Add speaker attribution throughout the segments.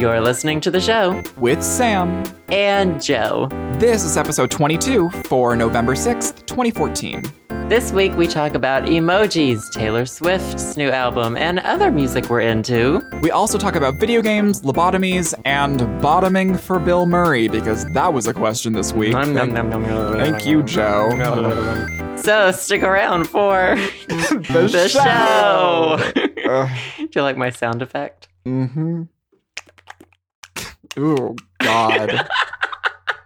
Speaker 1: You're listening to the show
Speaker 2: with Sam.
Speaker 1: and Joe.
Speaker 2: This is episode 22 for November 6th, 2014.
Speaker 1: This week we talk about emojis, Taylor Swift's new album, and other music we're into.
Speaker 2: We also talk about video games, lobotomies, and bottoming for Bill Murray because that was a question this week. Thank, thank you, Joe.
Speaker 1: So stick around for
Speaker 2: the,
Speaker 1: the show.
Speaker 2: Uh,
Speaker 1: Do you like my sound effect?
Speaker 2: mm-hmm. Ooh, God.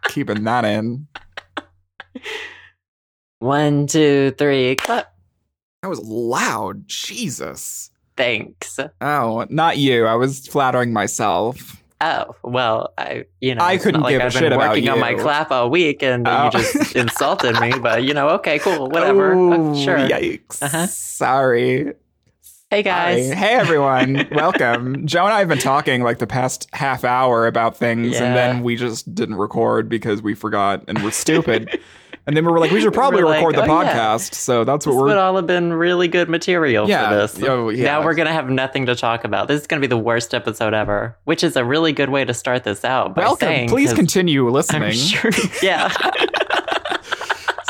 Speaker 2: Keeping that in.
Speaker 1: One, two, three, clap.
Speaker 2: That was loud. Jesus.
Speaker 1: Thanks.
Speaker 2: Oh, not you. I was flattering myself.
Speaker 1: Oh well, I you know
Speaker 2: I
Speaker 1: it's not
Speaker 2: couldn't
Speaker 1: like
Speaker 2: give a
Speaker 1: I've been
Speaker 2: shit about
Speaker 1: working on my
Speaker 2: you.
Speaker 1: clap all week, and then
Speaker 2: Oh.
Speaker 1: you just insulted me. But you know, okay, cool, whatever.
Speaker 2: Oh,
Speaker 1: sure.
Speaker 2: Yikes.
Speaker 1: Uh-huh.
Speaker 2: Sorry.
Speaker 1: Hey guys,
Speaker 2: Sorry. Hey, everyone. Welcome. Joe and I have been talking like the past half hour about things,
Speaker 1: Yeah.
Speaker 2: and then we just didn't record because we forgot and we're stupid. and then we were like, we should probably
Speaker 1: We're like,
Speaker 2: record the
Speaker 1: oh, yeah.
Speaker 2: podcast. So that's what
Speaker 1: this would
Speaker 2: we're.
Speaker 1: all have been really good material
Speaker 2: Yeah.
Speaker 1: for this.
Speaker 2: Oh, yeah.
Speaker 1: Now we're gonna have nothing to talk about. This is gonna be the worst episode ever, which is a really good way to start this out. By
Speaker 2: Welcome.
Speaker 1: saying,
Speaker 2: Please
Speaker 1: 'cause
Speaker 2: continue listening.
Speaker 1: I'm sure. Yeah.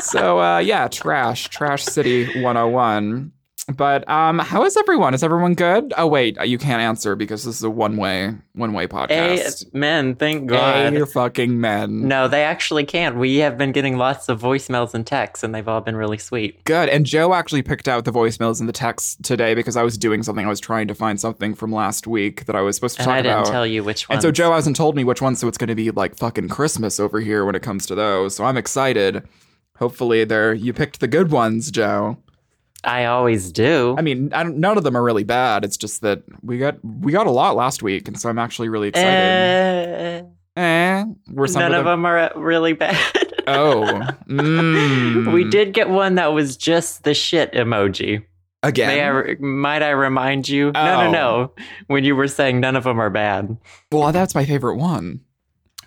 Speaker 2: so uh, yeah, trash, trash city 101. But um, how is everyone? Is everyone good? Oh wait, you can't answer because this is a one way one way podcast.
Speaker 1: Amen. Thank God.
Speaker 2: A fucking men.
Speaker 1: no, they actually can't. We have been getting lots of voicemails and texts, and they've all been really sweet.
Speaker 2: Good. And Joe actually picked out the voicemails and the text today because I was doing something. I was trying to find something from last week that I was supposed to
Speaker 1: And
Speaker 2: talk
Speaker 1: I didn't
Speaker 2: about.
Speaker 1: tell you which one.
Speaker 2: and so Joe hasn't told me which one, so it's going to be like fucking Christmas over here when it comes to those. So I'm excited. Hopefully, they're you picked the good ones, Joe.
Speaker 1: I always do.
Speaker 2: I mean, I don't, none of them are really bad. It's just that we got we got a lot last week, and so I'm actually really excited.
Speaker 1: Eh,
Speaker 2: eh, were some
Speaker 1: none of
Speaker 2: them.
Speaker 1: them are really bad.
Speaker 2: Oh, mm.
Speaker 1: We did get one that was just the shit emoji.
Speaker 2: again.
Speaker 1: May I, re- might I remind you? No, no,
Speaker 2: Oh.
Speaker 1: no. When you were saying none of them are bad.
Speaker 2: well, that's my favorite one.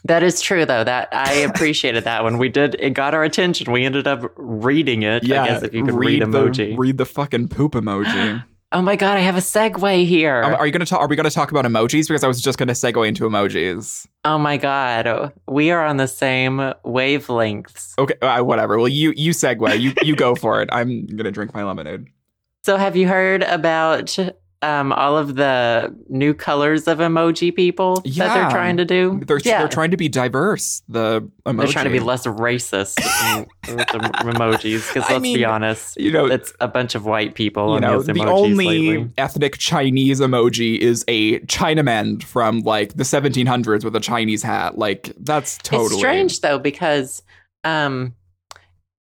Speaker 1: That is true, though. That I appreciated that one. We did. It got our attention. We ended up reading it. I guess if you could read,
Speaker 2: The,
Speaker 1: emoji.
Speaker 2: read the fucking poop emoji.
Speaker 1: oh my god, I have a segue here.
Speaker 2: Um, are you gonna talk? Are we gonna talk about emojis? Because I was just gonna segue into emojis.
Speaker 1: oh my god, we are on the same wavelengths.
Speaker 2: Okay, uh, whatever. Well, you you segue. You you go for it. I'm gonna drink my lemonade.
Speaker 1: So, have you heard about um, all of the new colors of emoji people that
Speaker 2: Yeah.
Speaker 1: they're trying to do?
Speaker 2: They're
Speaker 1: Yeah.
Speaker 2: they're trying to be diverse. The emoji.
Speaker 1: They're trying to be less racist with the emojis. Because
Speaker 2: I
Speaker 1: let's
Speaker 2: mean,
Speaker 1: be honest,
Speaker 2: you know-
Speaker 1: it's a bunch of white people
Speaker 2: Oh, You
Speaker 1: on
Speaker 2: know,
Speaker 1: those
Speaker 2: the
Speaker 1: emojis
Speaker 2: only
Speaker 1: lately.
Speaker 2: ethnic Chinese emoji is a Chinaman from like the 1700s with a Chinese hat. Like that's totally
Speaker 1: It's strange though because um,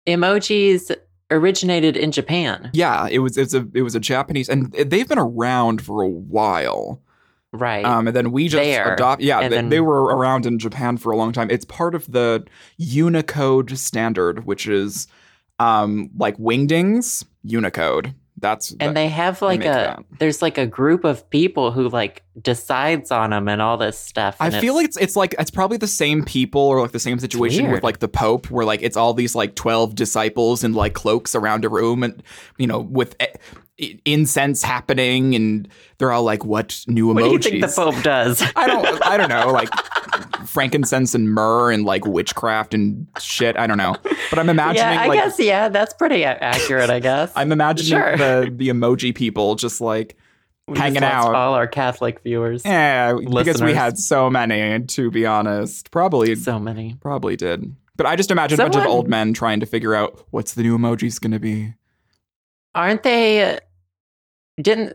Speaker 1: emojis originated in Japan,
Speaker 2: Yeah, it was it's a it was a Japanese, and they've been around for a while.
Speaker 1: right?
Speaker 2: Um, and then we just
Speaker 1: There.
Speaker 2: adopt. Yeah,
Speaker 1: And
Speaker 2: they,
Speaker 1: then-
Speaker 2: they were around in Japan for a long time. It's part of the Unicode standard, which is um, like wingdings Unicode. That's
Speaker 1: and they have like a
Speaker 2: make that.
Speaker 1: there's like a group of people who like decides on them and all this stuff.
Speaker 2: I
Speaker 1: and
Speaker 2: feel like it's, it's like it's probably the same people or like the same situation with
Speaker 1: weird.
Speaker 2: like the Pope, where like it's all these like twelve disciples in like cloaks around a room, and you know with eh, i- incense happening, and they're all like, "What new emojis?"
Speaker 1: what do you think the Pope does?
Speaker 2: I don't I don't know, like frankincense and myrrh and like witchcraft and shit. I don't know. But I'm imagining
Speaker 1: yeah, I
Speaker 2: like
Speaker 1: guess yeah, that's pretty a- accurate. I guess
Speaker 2: I'm imagining
Speaker 1: Sure.
Speaker 2: the the emoji people just like
Speaker 1: We just
Speaker 2: hanging
Speaker 1: lost
Speaker 2: out.
Speaker 1: all our Catholic viewers.
Speaker 2: eh, because we
Speaker 1: Listeners.
Speaker 2: had so many, to be honest. Probably
Speaker 1: So many.
Speaker 2: probably did. But I just imagine a bunch of
Speaker 1: Someone-
Speaker 2: old men trying to figure out what's the new emoji's gonna be.
Speaker 1: Aren't they? uh, Didn't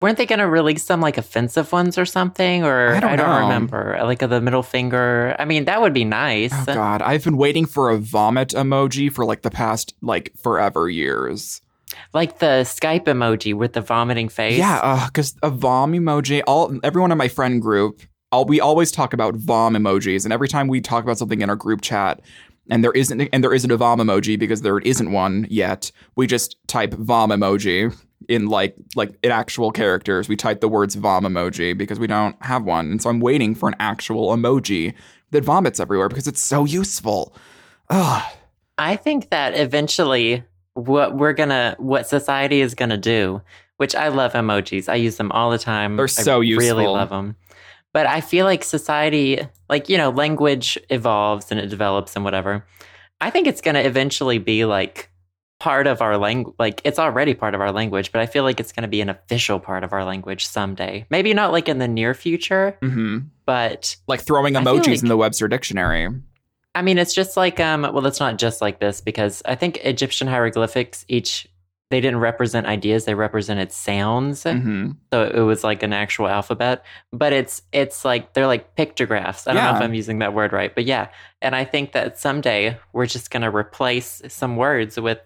Speaker 1: weren't they going to release some like offensive ones or something? Or
Speaker 2: I don't know.
Speaker 1: remember. Like the middle finger. I mean, that would be nice.
Speaker 2: Oh god, I've been waiting for a vomit emoji for like the past like forever years.
Speaker 1: like the Skype emoji with the vomiting face.
Speaker 2: Yeah, because a vom emoji. All everyone in my friend group, all we always talk about vom emojis, and every time we talk about something in our group chat, and there isn't and there isn't a vom emoji because there isn't one yet. We just type vom emoji in like like in actual characters. We type the words vom emoji because we don't have one, and so I'm waiting for an actual emoji that vomits everywhere because it's so useful. Ugh.
Speaker 1: I think that eventually what we're gonna what society is gonna do, which I love emojis. I use them all the time.
Speaker 2: They're
Speaker 1: I
Speaker 2: so
Speaker 1: Really
Speaker 2: useful.
Speaker 1: love them. But I feel like society, like, you know, language evolves and it develops and whatever. I think it's going to eventually be like part of our language. Like, it's already part of our language, but I feel like it's going to be an official part of our language someday. Maybe not like in the near future,
Speaker 2: Mm-hmm.
Speaker 1: but
Speaker 2: Like throwing
Speaker 1: I feel
Speaker 2: emojis
Speaker 1: like-
Speaker 2: in the Webster dictionary.
Speaker 1: I mean, it's just like um. Well, it's not just like this because I think Egyptian hieroglyphics each they didn't represent ideas; they represented sounds.
Speaker 2: Mm-hmm.
Speaker 1: So it was like an actual alphabet. But it's it's like they're like pictographs. I don't know
Speaker 2: Yeah.
Speaker 1: if I'm using that word right, but yeah. And I think that someday we're just gonna replace some words with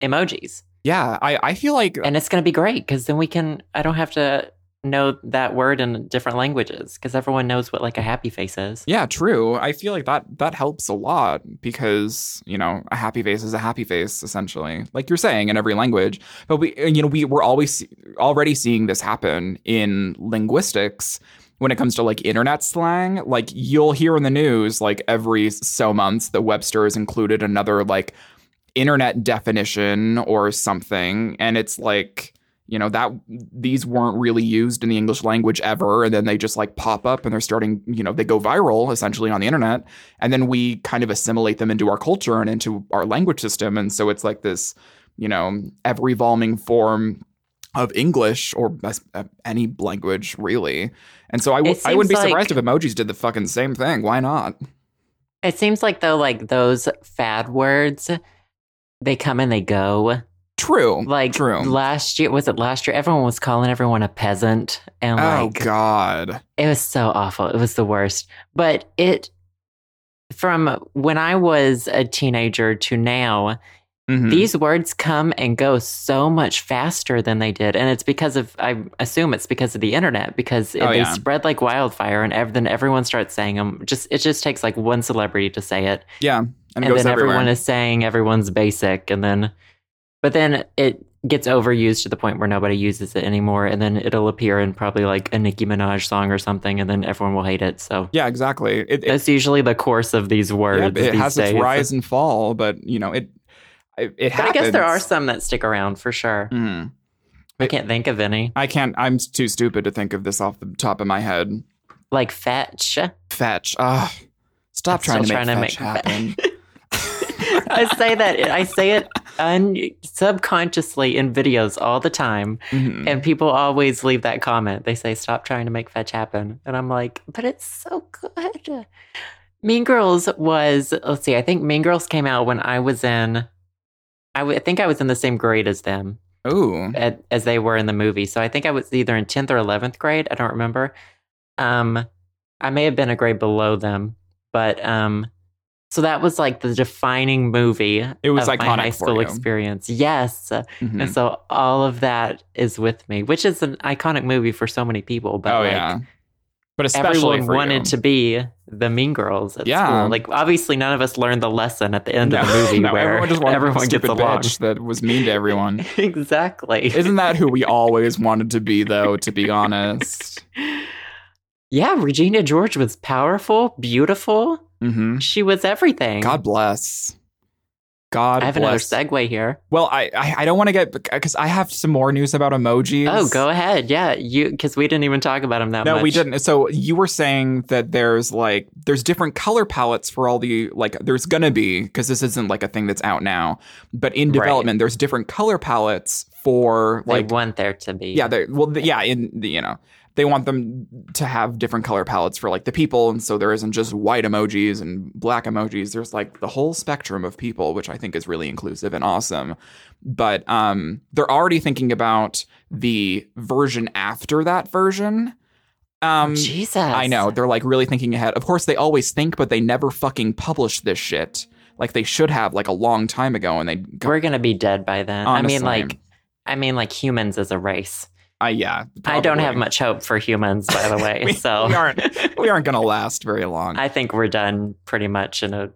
Speaker 1: emojis,
Speaker 2: Yeah, I, I feel like
Speaker 1: and it's gonna be great because then we can. I don't have to know that word in different languages because everyone knows what like a happy face is.
Speaker 2: Yeah, true. I feel like that that helps a lot because, you know, a happy face is a happy face essentially. Like you're saying in every language. But we and, you know, we we're always already seeing this happen in linguistics when it comes to like internet slang. Like you'll hear in the news like every so months that Webster has included another like internet definition or something and it's like you know that these weren't really used in the english language ever and then they just like pop up and they're starting you know they go viral essentially on the internet and then we kind of assimilate them into our culture and into our language system and so it's like this you know ever evolving form of english or best, uh, any language really and so I w-
Speaker 1: It
Speaker 2: I wouldn't be
Speaker 1: seems like-
Speaker 2: surprised if emojis did the fucking same thing why not
Speaker 1: It seems like though, like those fad words, they come and they go.
Speaker 2: true
Speaker 1: Like
Speaker 2: Mm, True.
Speaker 1: last year, was it last year? Everyone was calling everyone a peasant, and
Speaker 2: oh
Speaker 1: like
Speaker 2: god
Speaker 1: it was so awful. It was the worst. But it, from when I was a teenager to now,
Speaker 2: Mhm.
Speaker 1: these words come and go so much faster than they did, and it's because of. I assume it's because of the internet because
Speaker 2: Oh,
Speaker 1: they
Speaker 2: yeah.
Speaker 1: spread like wildfire, and ev- then everyone starts saying them. Just it just takes like one celebrity to say it
Speaker 2: yeah and, it
Speaker 1: and
Speaker 2: goes
Speaker 1: then
Speaker 2: everywhere.
Speaker 1: everyone is saying everyone's basic and then but then it gets overused to the point where nobody uses it anymore and then it'll appear in probably like a Nicki Minaj song or something and then everyone will hate it so
Speaker 2: Yeah, exactly. It, it,
Speaker 1: that's usually the course of these words
Speaker 2: yeah, it
Speaker 1: these
Speaker 2: has
Speaker 1: days.
Speaker 2: its rise and fall, but you know it. It, it
Speaker 1: but I
Speaker 2: happens.
Speaker 1: guess there are some that stick around for sure
Speaker 2: Mm.
Speaker 1: I can't think of any
Speaker 2: I can't. I'm too stupid to think of this off the top of my head.
Speaker 1: like fetch
Speaker 2: Fetch. Ugh. Stop
Speaker 1: I'm
Speaker 2: trying to,
Speaker 1: still trying
Speaker 2: make
Speaker 1: to
Speaker 2: fetch
Speaker 1: make fe-
Speaker 2: happen.
Speaker 1: I say that I say it un- subconsciously in videos all the time
Speaker 2: Mhm.
Speaker 1: And people always leave that comment. They say, stop trying to make fetch happen. And I'm like, but it's so good. Mean Girls was, let's see, I think Mean Girls came out when I was in, I, w- I think I was in the same grade as them,
Speaker 2: Ooh.
Speaker 1: at, as they were in the movie. So I think I was either in 10th or 11th grade. I don't remember. Um, I may have been a grade below them, but um, so that was like the defining movie.
Speaker 2: It was
Speaker 1: of my
Speaker 2: iconic
Speaker 1: high
Speaker 2: for
Speaker 1: school
Speaker 2: you.
Speaker 1: experience. Yes.
Speaker 2: Mhm.
Speaker 1: And so all of that is with me, which is an iconic movie for so many people. But
Speaker 2: Oh
Speaker 1: like,
Speaker 2: yeah. But especially
Speaker 1: everyone
Speaker 2: for
Speaker 1: wanted
Speaker 2: you.
Speaker 1: to be the mean girls at
Speaker 2: Yeah.
Speaker 1: school. Like obviously none of us learned the lesson at the end
Speaker 2: No,
Speaker 1: of the movie
Speaker 2: no,
Speaker 1: where
Speaker 2: everyone just wanted
Speaker 1: everyone
Speaker 2: a
Speaker 1: gets
Speaker 2: stupid
Speaker 1: along.
Speaker 2: bitch that was mean to everyone.
Speaker 1: exactly.
Speaker 2: Isn't that who we always wanted to be, though? To be honest.
Speaker 1: yeah, Regina George was powerful, beautiful.
Speaker 2: hmm
Speaker 1: She was everything.
Speaker 2: God bless. God
Speaker 1: I have
Speaker 2: bless.
Speaker 1: another segue here.
Speaker 2: Well, I I, I don't want to get because I have some more news about emojis.
Speaker 1: Oh, go ahead. Yeah, you because we didn't even talk about him that
Speaker 2: No,
Speaker 1: much.
Speaker 2: we didn't. So you were saying that there's like there's different color palettes for all the like there's gonna be because this isn't like a thing that's out now, but in
Speaker 1: Right.
Speaker 2: development there's different color palettes for
Speaker 1: They
Speaker 2: like
Speaker 1: want there to be.
Speaker 2: yeah, they well, th- yeah, in the, you know, they want them to have different color palettes for like the people, and so there isn't just white emojis and black emojis. There's like the whole spectrum of people, which I think is really inclusive and awesome. But um, they're already thinking about the version after that version. Um,
Speaker 1: Jesus.
Speaker 2: I know they're like really thinking ahead. Of course, they always think, but they never fucking publish this shit. Like they should have like a long time ago, and they got,
Speaker 1: we're gonna be dead by then. I mean,
Speaker 2: Honestly.
Speaker 1: like, I mean, like humans as a race.
Speaker 2: I yeah.
Speaker 1: I don't
Speaker 2: probably.
Speaker 1: have much hope for humans, by the way.
Speaker 2: We-
Speaker 1: so
Speaker 2: we aren't we aren't gonna last very long.
Speaker 1: I think we're done pretty much in a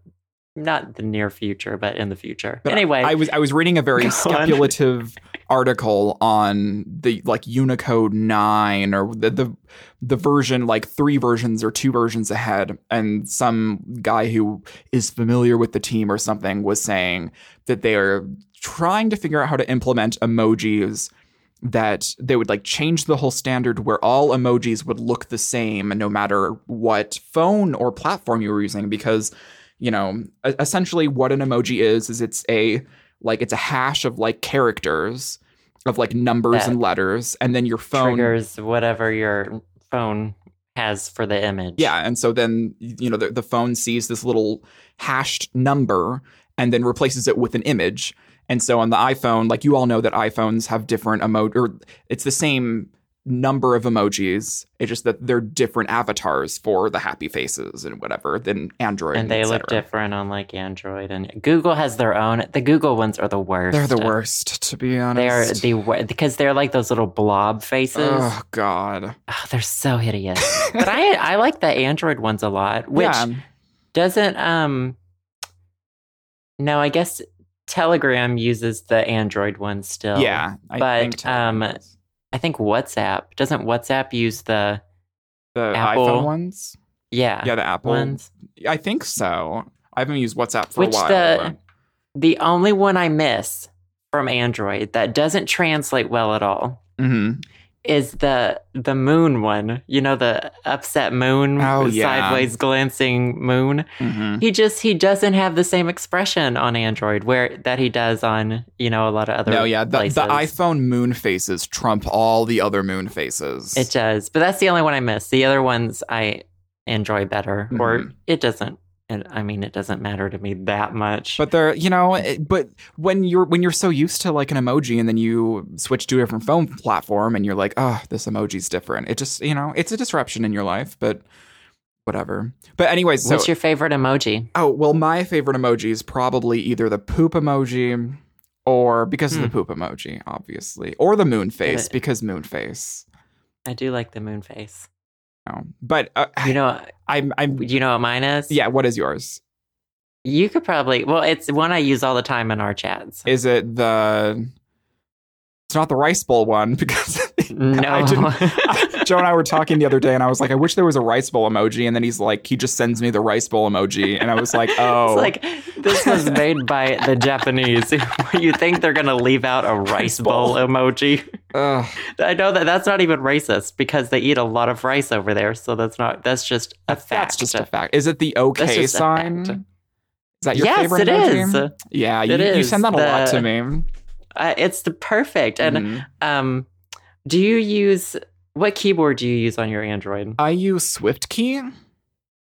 Speaker 1: not the near future, but in the future.
Speaker 2: But
Speaker 1: anyway,
Speaker 2: I was I was reading a very
Speaker 1: Go on.
Speaker 2: speculative article on the like Unicode nine or the, the the version like three versions or two versions ahead, and some guy who is familiar with the team or something was saying that they are trying to figure out how to implement emojis that they would like change the whole standard where all emojis would look the same no matter what phone or platform you were using because you know e- essentially what an emoji is is it's a like it's a hash of like characters of like numbers
Speaker 1: That
Speaker 2: and letters and then your phone
Speaker 1: triggers whatever your phone has for the image.
Speaker 2: Yeah, and so then you know the, the phone sees this little hashed number and then replaces it with an image. And so on the iPhone, like you all know that iPhones have different emoji or it's the same number of emojis. It's just that they're different avatars for the happy faces and whatever than Android.
Speaker 1: And they
Speaker 2: et
Speaker 1: look
Speaker 2: cetera.
Speaker 1: different on like Android and Google has their own. The Google ones are the worst.
Speaker 2: They're the worst, to be
Speaker 1: They are
Speaker 2: honest.
Speaker 1: the wor- because they're like those little blob faces.
Speaker 2: Oh God.
Speaker 1: Oh, they're so hideous. but I I like the Android ones a lot, which
Speaker 2: yeah.
Speaker 1: doesn't um No, I guess Telegram uses the Android one still.
Speaker 2: yeah. I
Speaker 1: but,
Speaker 2: think
Speaker 1: um, I think WhatsApp. Doesn't WhatsApp use the
Speaker 2: the
Speaker 1: Apple-
Speaker 2: iPhone ones.
Speaker 1: yeah,
Speaker 2: Yeah, the Apple
Speaker 1: ones?
Speaker 2: I think so. I haven't used WhatsApp for
Speaker 1: Which
Speaker 2: a while.
Speaker 1: the-
Speaker 2: but-
Speaker 1: The only one I miss from Android that doesn't translate well at all
Speaker 2: Mhm.
Speaker 1: is the the moon one. You know the upset moon,
Speaker 2: Oh, yeah.
Speaker 1: sideways glancing moon.
Speaker 2: Mhm.
Speaker 1: He just he doesn't have the same expression on Android where that he does on you know a lot of other
Speaker 2: No, yeah, the,
Speaker 1: places.
Speaker 2: the iPhone moon faces trump all the other moon faces.
Speaker 1: It does, but that's the only one I miss. The other ones I enjoy better, or
Speaker 2: Mhm.
Speaker 1: it doesn't. And I mean, it doesn't matter to me that much.
Speaker 2: but they're you know, it- but when you're when you're so used to like an emoji and then you switch to a different phone platform and you're like, oh, this emoji's different. It just you know, it's a disruption in your life, but whatever. But anyways, so
Speaker 1: What's your favorite emoji?
Speaker 2: oh well, my favorite emoji is probably either the poop emoji or because of the poop emoji, obviously, or the moon face
Speaker 1: Hmm. it.
Speaker 2: because moon face.
Speaker 1: I do like the moon face.
Speaker 2: No. But uh,
Speaker 1: You know,
Speaker 2: I'm I'm
Speaker 1: you know what mine is?
Speaker 2: yeah. What is yours?
Speaker 1: You could probably. Well, it's one I use all the time in our chats.
Speaker 2: Is it the? It's not the rice bowl one because
Speaker 1: No.
Speaker 2: I Joe and I were talking the other day, and I was like, I wish there was a rice bowl emoji. And then he's like, he just sends me the rice bowl emoji, and I was like, oh,
Speaker 1: It's like this was made by the Japanese. you think they're gonna leave out a rice bowl emoji?
Speaker 2: Ugh.
Speaker 1: I know that that's not even racist because they eat a lot of rice over there, so that's not that's just a fact.
Speaker 2: that's just a fact. Is it the OK
Speaker 1: just a
Speaker 2: sign? Is
Speaker 1: fact.
Speaker 2: that your
Speaker 1: Yes, it
Speaker 2: favorite emoji?
Speaker 1: is.
Speaker 2: Yeah, you,
Speaker 1: It
Speaker 2: you
Speaker 1: is.
Speaker 2: send that a lot
Speaker 1: The-
Speaker 2: to me.
Speaker 1: Uh, it's the perfect. And
Speaker 2: Mhm.
Speaker 1: um, do you use what keyboard do you use on your Android?
Speaker 2: I use Swift Key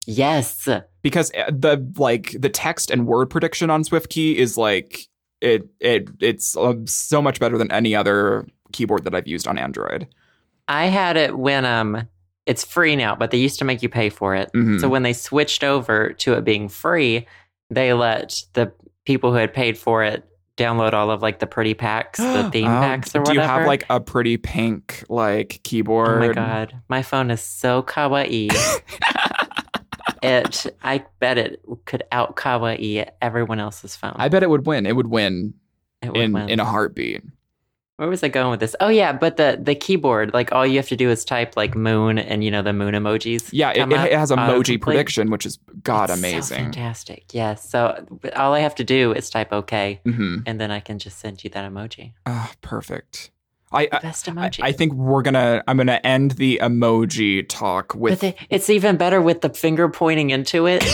Speaker 1: yes,
Speaker 2: because uh, the like the text and word prediction on Swift Key is like it it it's um, so much better than any other keyboard that I've used on Android.
Speaker 1: I had it when um, it's free now, but they used to make you pay for it.
Speaker 2: Mhm.
Speaker 1: So when they switched over to it being free, they let the people who had paid for it download all of like the pretty packs, the theme
Speaker 2: Oh,
Speaker 1: packs, or whatever.
Speaker 2: Do you have like a pretty pink like keyboard?
Speaker 1: Oh my god, my phone is so kawaii. it, I bet it could out kawaii everyone else's phone.
Speaker 2: I bet it would win. It would win
Speaker 1: it would
Speaker 2: in
Speaker 1: win.
Speaker 2: in a heartbeat.
Speaker 1: Where was I going with this? Oh yeah, but the the keyboard, like all you have to do is type like moon and you know the moon emojis.
Speaker 2: Yeah, it,
Speaker 1: come up
Speaker 2: it has emoji
Speaker 1: autocomplete.
Speaker 2: prediction, which is god
Speaker 1: It's so
Speaker 2: amazing.
Speaker 1: fantastic. Yes. So but all I have to do is type okay,
Speaker 2: hmm
Speaker 1: and then I can just send you that emoji.
Speaker 2: Ah, perfect. I, Uh, I
Speaker 1: Best
Speaker 2: I
Speaker 1: emoji.
Speaker 2: I think we're gonna I'm gonna end the emoji talk
Speaker 1: but
Speaker 2: with
Speaker 1: the, it's even better with the finger pointing into it.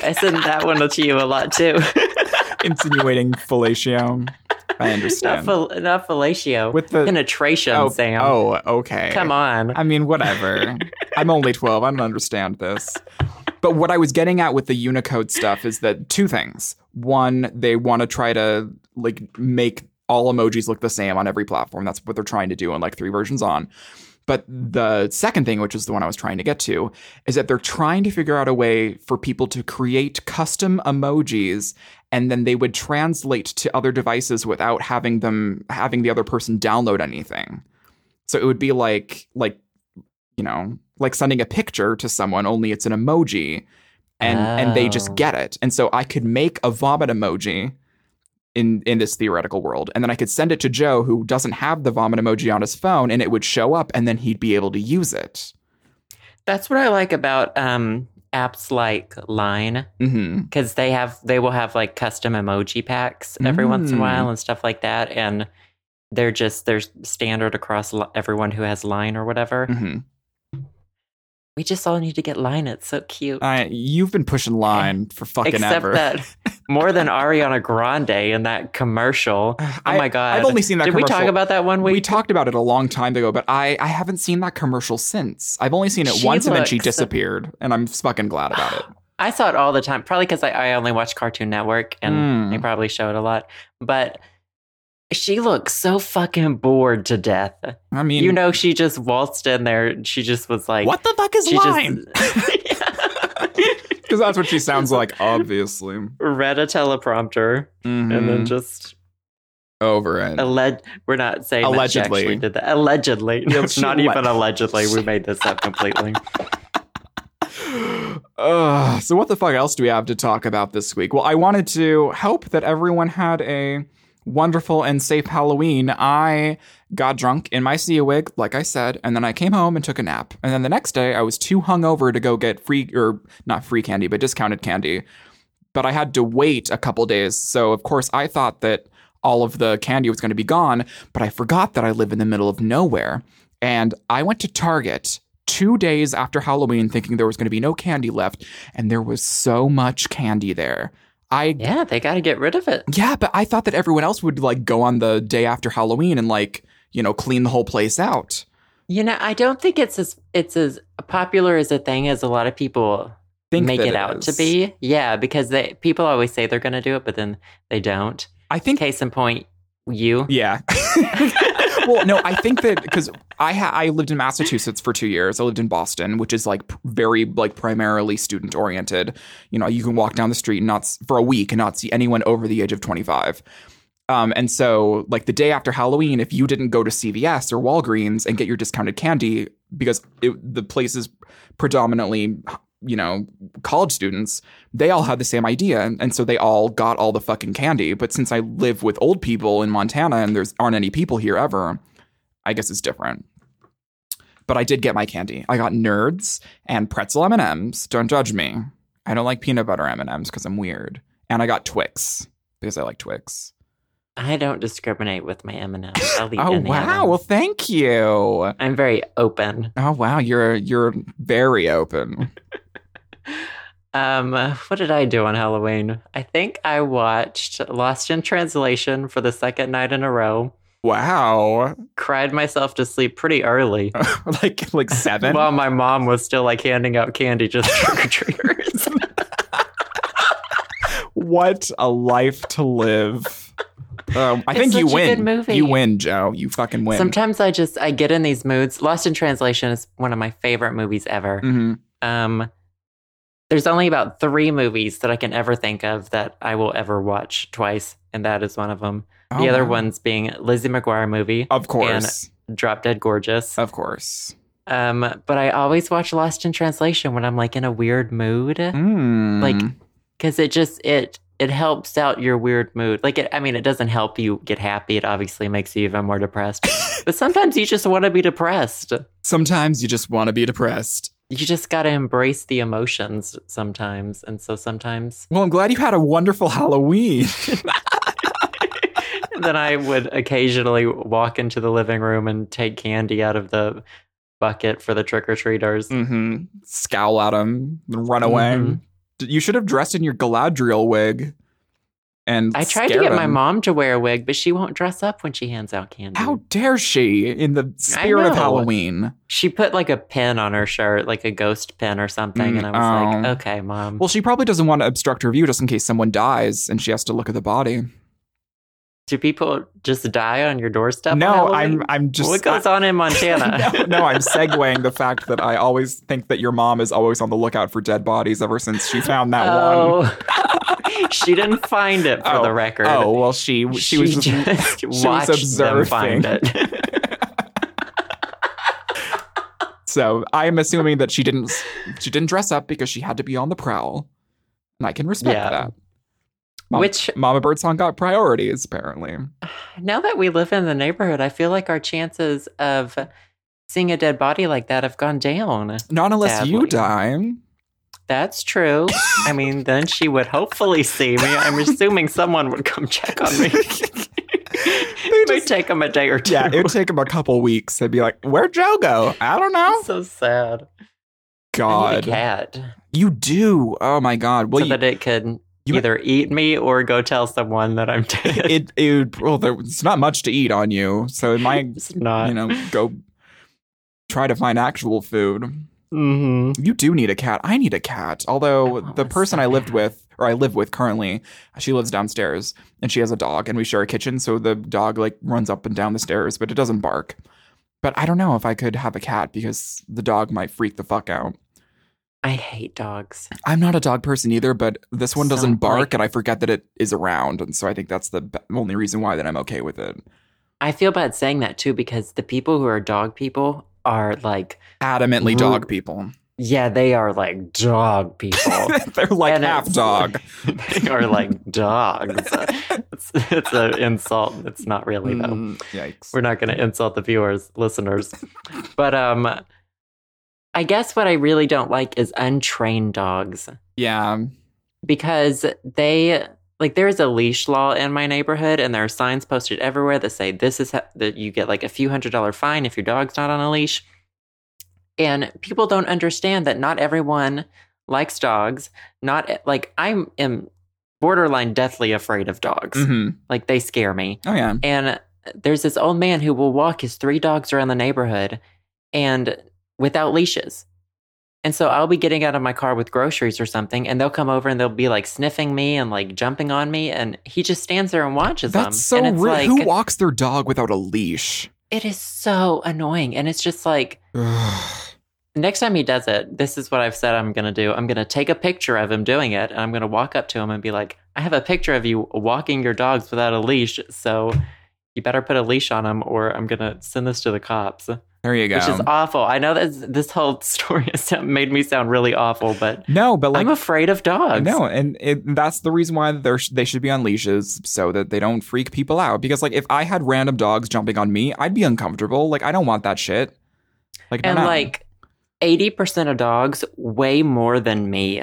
Speaker 1: I send that one to you a lot too.
Speaker 2: insinuating fellatio. I
Speaker 1: not
Speaker 2: understand.
Speaker 1: fel- not fellatio.
Speaker 2: with the
Speaker 1: penetration,
Speaker 2: oh,
Speaker 1: Sam.
Speaker 2: oh okay.
Speaker 1: Come on.
Speaker 2: I mean, whatever. I'm only 12. I don't understand this. But what I was getting at with the Unicode stuff is that two things. One, they want to try to like make all emojis look the same on every platform. That's what they're trying to do on like three versions on. But the second thing, which is the one I was trying to get to, is that they're trying to figure out a way for people to create custom emojis and then they would translate to other devices without having them having the other person download anything. So it would be like like you know, like sending a picture to someone, only it's an emoji and and they just
Speaker 1: Oh.
Speaker 2: get it. And so I could make a vomit emoji in in this theoretical world and then I could send it to Joe who doesn't have the vomit emoji on his phone and it would show up and then he'd be able to use it.
Speaker 1: That's what I like about um, apps like Line
Speaker 2: Mhm.
Speaker 1: because they have they will have like custom emoji packs every once in a
Speaker 2: Mm.
Speaker 1: while and stuff like that. And they're just they're standard across li- everyone who has line or whatever.
Speaker 2: hmm
Speaker 1: We just all need to get line. It's so cute.
Speaker 2: I, you've been pushing line for Oh, fucking
Speaker 1: Eh, Except
Speaker 2: ever.
Speaker 1: that more than Ariana Grande in that commercial. Oh
Speaker 2: I-
Speaker 1: my god!
Speaker 2: I've only seen that
Speaker 1: Did
Speaker 2: commercial.
Speaker 1: we talk about that one
Speaker 2: We
Speaker 1: week?
Speaker 2: talked about it a long time ago, but I, I haven't seen that commercial since. I've only seen it
Speaker 1: She
Speaker 2: once and then she
Speaker 1: looks-
Speaker 2: disappeared, and I'm fucking glad about it.
Speaker 1: I saw it all the time, probably because I, I only watch Cartoon Network and
Speaker 2: Mm.
Speaker 1: they probably show it a lot. But she looks so fucking bored to death.
Speaker 2: I mean,
Speaker 1: you know, she just waltzed in there. and She just was like,
Speaker 2: what the fuck is
Speaker 1: She
Speaker 2: line?
Speaker 1: just
Speaker 2: Because that's what she sounds like, obviously.
Speaker 1: read a teleprompter and then
Speaker 2: Mhm.
Speaker 1: just
Speaker 2: over it.
Speaker 1: alleged. We're not saying that
Speaker 2: Allegedly.
Speaker 1: she actually did that. Allegedly,
Speaker 2: Yeah,
Speaker 1: It's
Speaker 2: she
Speaker 1: not
Speaker 2: alle-
Speaker 1: even allegedly. We made this up completely.
Speaker 2: Ugh, so what the fuck else do we have to talk about this week? Well, I wanted to hope that everyone had a wonderful and safe Halloween. I got drunk in my Sia wig, like I said, and then I came home and took a nap. And then the next day, I was too hungover to go get free or not free candy, but discounted candy. But I had to wait a couple days. So of course, I thought that all of the candy was going to be gone, but I forgot that I live in the middle of nowhere. And I went to Target two days after Halloween thinking there was going to be no candy left, and there was so much candy there. I
Speaker 1: yeah, they got to get rid of it.
Speaker 2: yeah, but I thought that everyone else would like go on the day after Halloween and like, you know, clean the whole place out.
Speaker 1: You know, I don't think it's as it's as popular as a thing as a lot of people
Speaker 2: Think
Speaker 1: make
Speaker 2: that
Speaker 1: it, out to
Speaker 2: is.
Speaker 1: be. Yeah, because they people always say they're going to do it, but then they don't.
Speaker 2: I think
Speaker 1: Case in point, you.
Speaker 2: yeah. well, no, I think that because I ha- I lived in Massachusetts for two years. I lived in Boston, which is like p- very like primarily student oriented. You know, you can walk down the street and not s- for a week and not see anyone over the age of twenty five. Um, and so, like the day after Halloween, if you didn't go to CVS or Walgreens and get your discounted candy because it, the place is predominantly, you know, college students, they all had the same idea, and so they all got all the fucking candy. But since I live with old people in Montana and there's aren't any people here ever, I guess it's different. But I did get my candy. I got nerds and pretzel M and M's. Don't judge me. I don't like peanut butter M and M's because I'm weird. And I got Twix because I like Twix.
Speaker 1: I don't discriminate with my M and M's. I'll eat
Speaker 2: Oh
Speaker 1: any
Speaker 2: wow!
Speaker 1: of them.
Speaker 2: Well, thank you.
Speaker 1: I'm very open.
Speaker 2: Oh wow, you're you're very open.
Speaker 1: Um, uh, what did I do on Halloween? I think I watched Lost in Translation for the second night in a row.
Speaker 2: Wow,
Speaker 1: Cried myself to sleep pretty early
Speaker 2: like like seven.
Speaker 1: while my mom was still like handing out candy to trick or treaters.
Speaker 2: what a life to live. Um, I
Speaker 1: It's
Speaker 2: think you
Speaker 1: such a
Speaker 2: win.
Speaker 1: good movie.
Speaker 2: You win, Joe. You fucking win.
Speaker 1: Sometimes I just I get in these moods. Lost in Translation is one of my favorite movies ever.
Speaker 2: Mhm.
Speaker 1: Um, there's only about three movies that I can ever think of that I will ever watch twice, and that is one of them.
Speaker 2: Oh,
Speaker 1: the other
Speaker 2: wow.
Speaker 1: ones being Lizzie McGuire movie,
Speaker 2: of course,
Speaker 1: Drop Dead Gorgeous.
Speaker 2: of course.
Speaker 1: Um, but I always watch Lost in Translation when I'm like in a weird mood
Speaker 2: Mm.
Speaker 1: Like- because it just it it helps out your weird mood. Like it, I mean, it doesn't help you get happy. It obviously makes you even more depressed. but sometimes you just want to be depressed.
Speaker 2: sometimes you just want to be depressed.
Speaker 1: You just got to embrace the emotions sometimes, and so sometimes
Speaker 2: Well, I'm glad you had a wonderful Halloween.
Speaker 1: then I would occasionally walk into the living room and take candy out of the bucket for the trick or treaters.
Speaker 2: mm-hmm. Scowl at him, then run away.
Speaker 1: Mhm.
Speaker 2: D- You should have dressed in your Galadriel wig. And
Speaker 1: I tried to
Speaker 2: scared
Speaker 1: get my
Speaker 2: him.
Speaker 1: mom to wear a wig, but she won't dress up when she hands out candy.
Speaker 2: How dare she? In the spirit of
Speaker 1: know.
Speaker 2: Halloween.
Speaker 1: She put like a pin on her shirt, like a ghost pin or something, and I was
Speaker 2: Mm, oh.
Speaker 1: like, "Okay, mom."
Speaker 2: Well, she probably doesn't want to obstruct her view just in case someone dies and she has to look at the body.
Speaker 1: do people just die on your doorstep? on
Speaker 2: no, I'm
Speaker 1: Halloween?
Speaker 2: I'm just
Speaker 1: what goes on in Montana?
Speaker 2: no, no, I'm segueing the fact that I always think that your mom is always on the lookout for dead bodies ever since she found that one.
Speaker 1: oh, she didn't find it for
Speaker 2: Oh,
Speaker 1: the record.
Speaker 2: Oh, well, she she,
Speaker 1: she,
Speaker 2: was just,
Speaker 1: just
Speaker 2: was
Speaker 1: watched them
Speaker 2: observing.
Speaker 1: find it.
Speaker 2: so I'm assuming that she didn't she didn't dress up because she had to be on the prowl, and I can respect
Speaker 1: Yeah.
Speaker 2: that. Mom-
Speaker 1: Which
Speaker 2: Mama Birdsong got priorities apparently.
Speaker 1: Now that we live in the neighborhood, I feel like our chances of seeing a dead body like that have gone down.
Speaker 2: Not unless you
Speaker 1: Sadly.
Speaker 2: die.
Speaker 1: That's true. I mean, then she would hopefully see me. I'm assuming someone would come check on me. it would take them a day or two.
Speaker 2: Yeah, it would take them a couple weeks. They'd be like, "Where'd Joe go? I don't know."
Speaker 1: so sad. I need a
Speaker 2: God,
Speaker 1: cat
Speaker 2: you do. Oh my God. Well,
Speaker 1: so that it could
Speaker 2: you-
Speaker 1: either eat me or go tell someone that I'm dead.
Speaker 2: you, it it would, well, there, it's not much to eat on you, so it might
Speaker 1: it's not.
Speaker 2: you know go try to find actual food.
Speaker 1: hmm
Speaker 2: You do need a cat. I need a cat. Although
Speaker 1: I want
Speaker 2: the
Speaker 1: one
Speaker 2: person
Speaker 1: so
Speaker 2: I lived
Speaker 1: bad.
Speaker 2: with, or I live with currently, she lives downstairs and she has a dog, and we share a kitchen, so the dog like runs up and down the stairs, but it doesn't bark. But I don't know if I could have a cat because the dog might freak the fuck out.
Speaker 1: I hate dogs.
Speaker 2: I'm not a dog person either, but this one
Speaker 1: So,
Speaker 2: doesn't bark,
Speaker 1: like-
Speaker 2: and I forget that it is around, and so I think that's the b- only reason why that I'm okay with it.
Speaker 1: I feel bad saying that too because the people who are dog people are like,
Speaker 2: Adamantly
Speaker 1: Rude.
Speaker 2: dog people.
Speaker 1: yeah, they are like dog people.
Speaker 2: They're like
Speaker 1: And
Speaker 2: half
Speaker 1: it's-
Speaker 2: dog.
Speaker 1: they are like dogs. It's, it's an insult. It's not really though.
Speaker 2: Mm, yikes.
Speaker 1: We're not going to insult the viewers, listeners. But um, I guess what I really don't like is untrained dogs.
Speaker 2: Yeah.
Speaker 1: because they like there's a leash law in my neighborhood and there are signs posted everywhere that say this is how, that you get like a few hundred dollar fine if your dog's not on a leash and people don't understand that not everyone likes dogs not eh, like i am borderline deathly afraid of dogs
Speaker 2: hmm
Speaker 1: like they scare me
Speaker 2: Oh yeah.
Speaker 1: and there's this old man who will walk his three dogs around the neighborhood and without leashes. And so I'll be getting out of my car with groceries or something, and they'll come over and they'll be like sniffing me and like jumping on me, and he just stands there and watches them.
Speaker 2: That's so
Speaker 1: and it's
Speaker 2: rude.
Speaker 1: like
Speaker 2: Who walks their dog without a leash?
Speaker 1: it is so annoying. And it's just like next time he does it, this is what I've said I'm gonna do. I'm gonna take a picture of him doing it, and I'm gonna walk up to him and be like, I have a picture of you walking your dogs without a leash, so you better put a leash on him, or I'm gonna send this to the cops,
Speaker 2: there you go.
Speaker 1: which is awful. I know that this whole story has made me sound really awful, but
Speaker 2: no, but like
Speaker 1: I'm afraid of dogs.
Speaker 2: No, and it, that's the reason why they're, they should be on leashes so that they don't freak people out. Because like if I had random dogs jumping on me, I'd be uncomfortable. Like I don't want that shit. Like no,
Speaker 1: and
Speaker 2: no.
Speaker 1: like. 80% of dogs weigh more than me.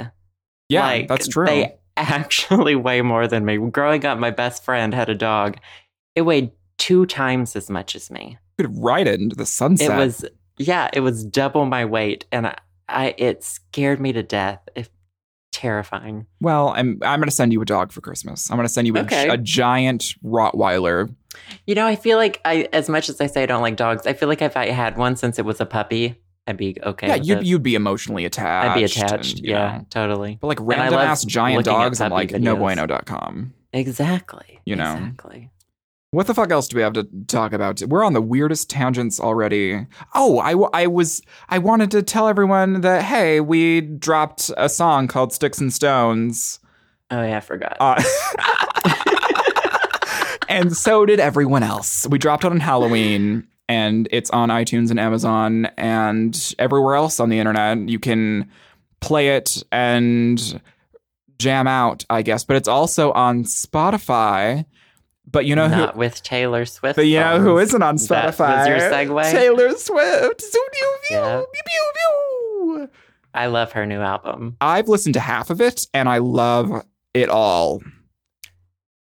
Speaker 2: yeah,
Speaker 1: like,
Speaker 2: that's true.
Speaker 1: They actually weigh more than me. Growing up, my best friend had a dog. It weighed two times as much as me.
Speaker 2: You could ride it into the sunset.
Speaker 1: It was yeah, it was double my weight, and I, I it scared me to death. It, terrifying.
Speaker 2: well, I'm I'm gonna send you a dog for Christmas. I'm gonna send you a,
Speaker 1: Okay.
Speaker 2: a giant Rottweiler.
Speaker 1: You know, I feel like I, as much as I say I don't like dogs, I feel like if I had one since it was a puppy, I'd be okay.
Speaker 2: yeah,
Speaker 1: with
Speaker 2: you'd
Speaker 1: it.
Speaker 2: you'd be emotionally attached.
Speaker 1: I'd be attached.
Speaker 2: and, you
Speaker 1: yeah,
Speaker 2: know.
Speaker 1: totally.
Speaker 2: But like
Speaker 1: I
Speaker 2: random
Speaker 1: love
Speaker 2: ass giant
Speaker 1: looking at
Speaker 2: dogs, I'm
Speaker 1: puppy
Speaker 2: like no
Speaker 1: videos.
Speaker 2: bueno.com.
Speaker 1: Exactly.
Speaker 2: You know.
Speaker 1: Exactly.
Speaker 2: What the fuck else do we have to talk about? We're on the weirdest tangents already. Oh, I, w- I was I wanted to tell everyone that hey, we dropped a song called Sticks and Stones,
Speaker 1: Oh yeah, I forgot.
Speaker 2: uh, and so did everyone else. We dropped it on Halloween, and it's on iTunes and Amazon and everywhere else on the internet. You can play it and jam out, I guess. But it's also on Spotify. But you know who?
Speaker 1: Not with Taylor Swift.
Speaker 2: But you know who
Speaker 1: songs.
Speaker 2: isn't on
Speaker 1: That
Speaker 2: Spotify?
Speaker 1: was your segue?
Speaker 2: Taylor Swift. Zoom, pew, pew,
Speaker 1: Yeah.
Speaker 2: pew, pew, pew.
Speaker 1: I love her new album.
Speaker 2: I've listened to half of it and I love it all.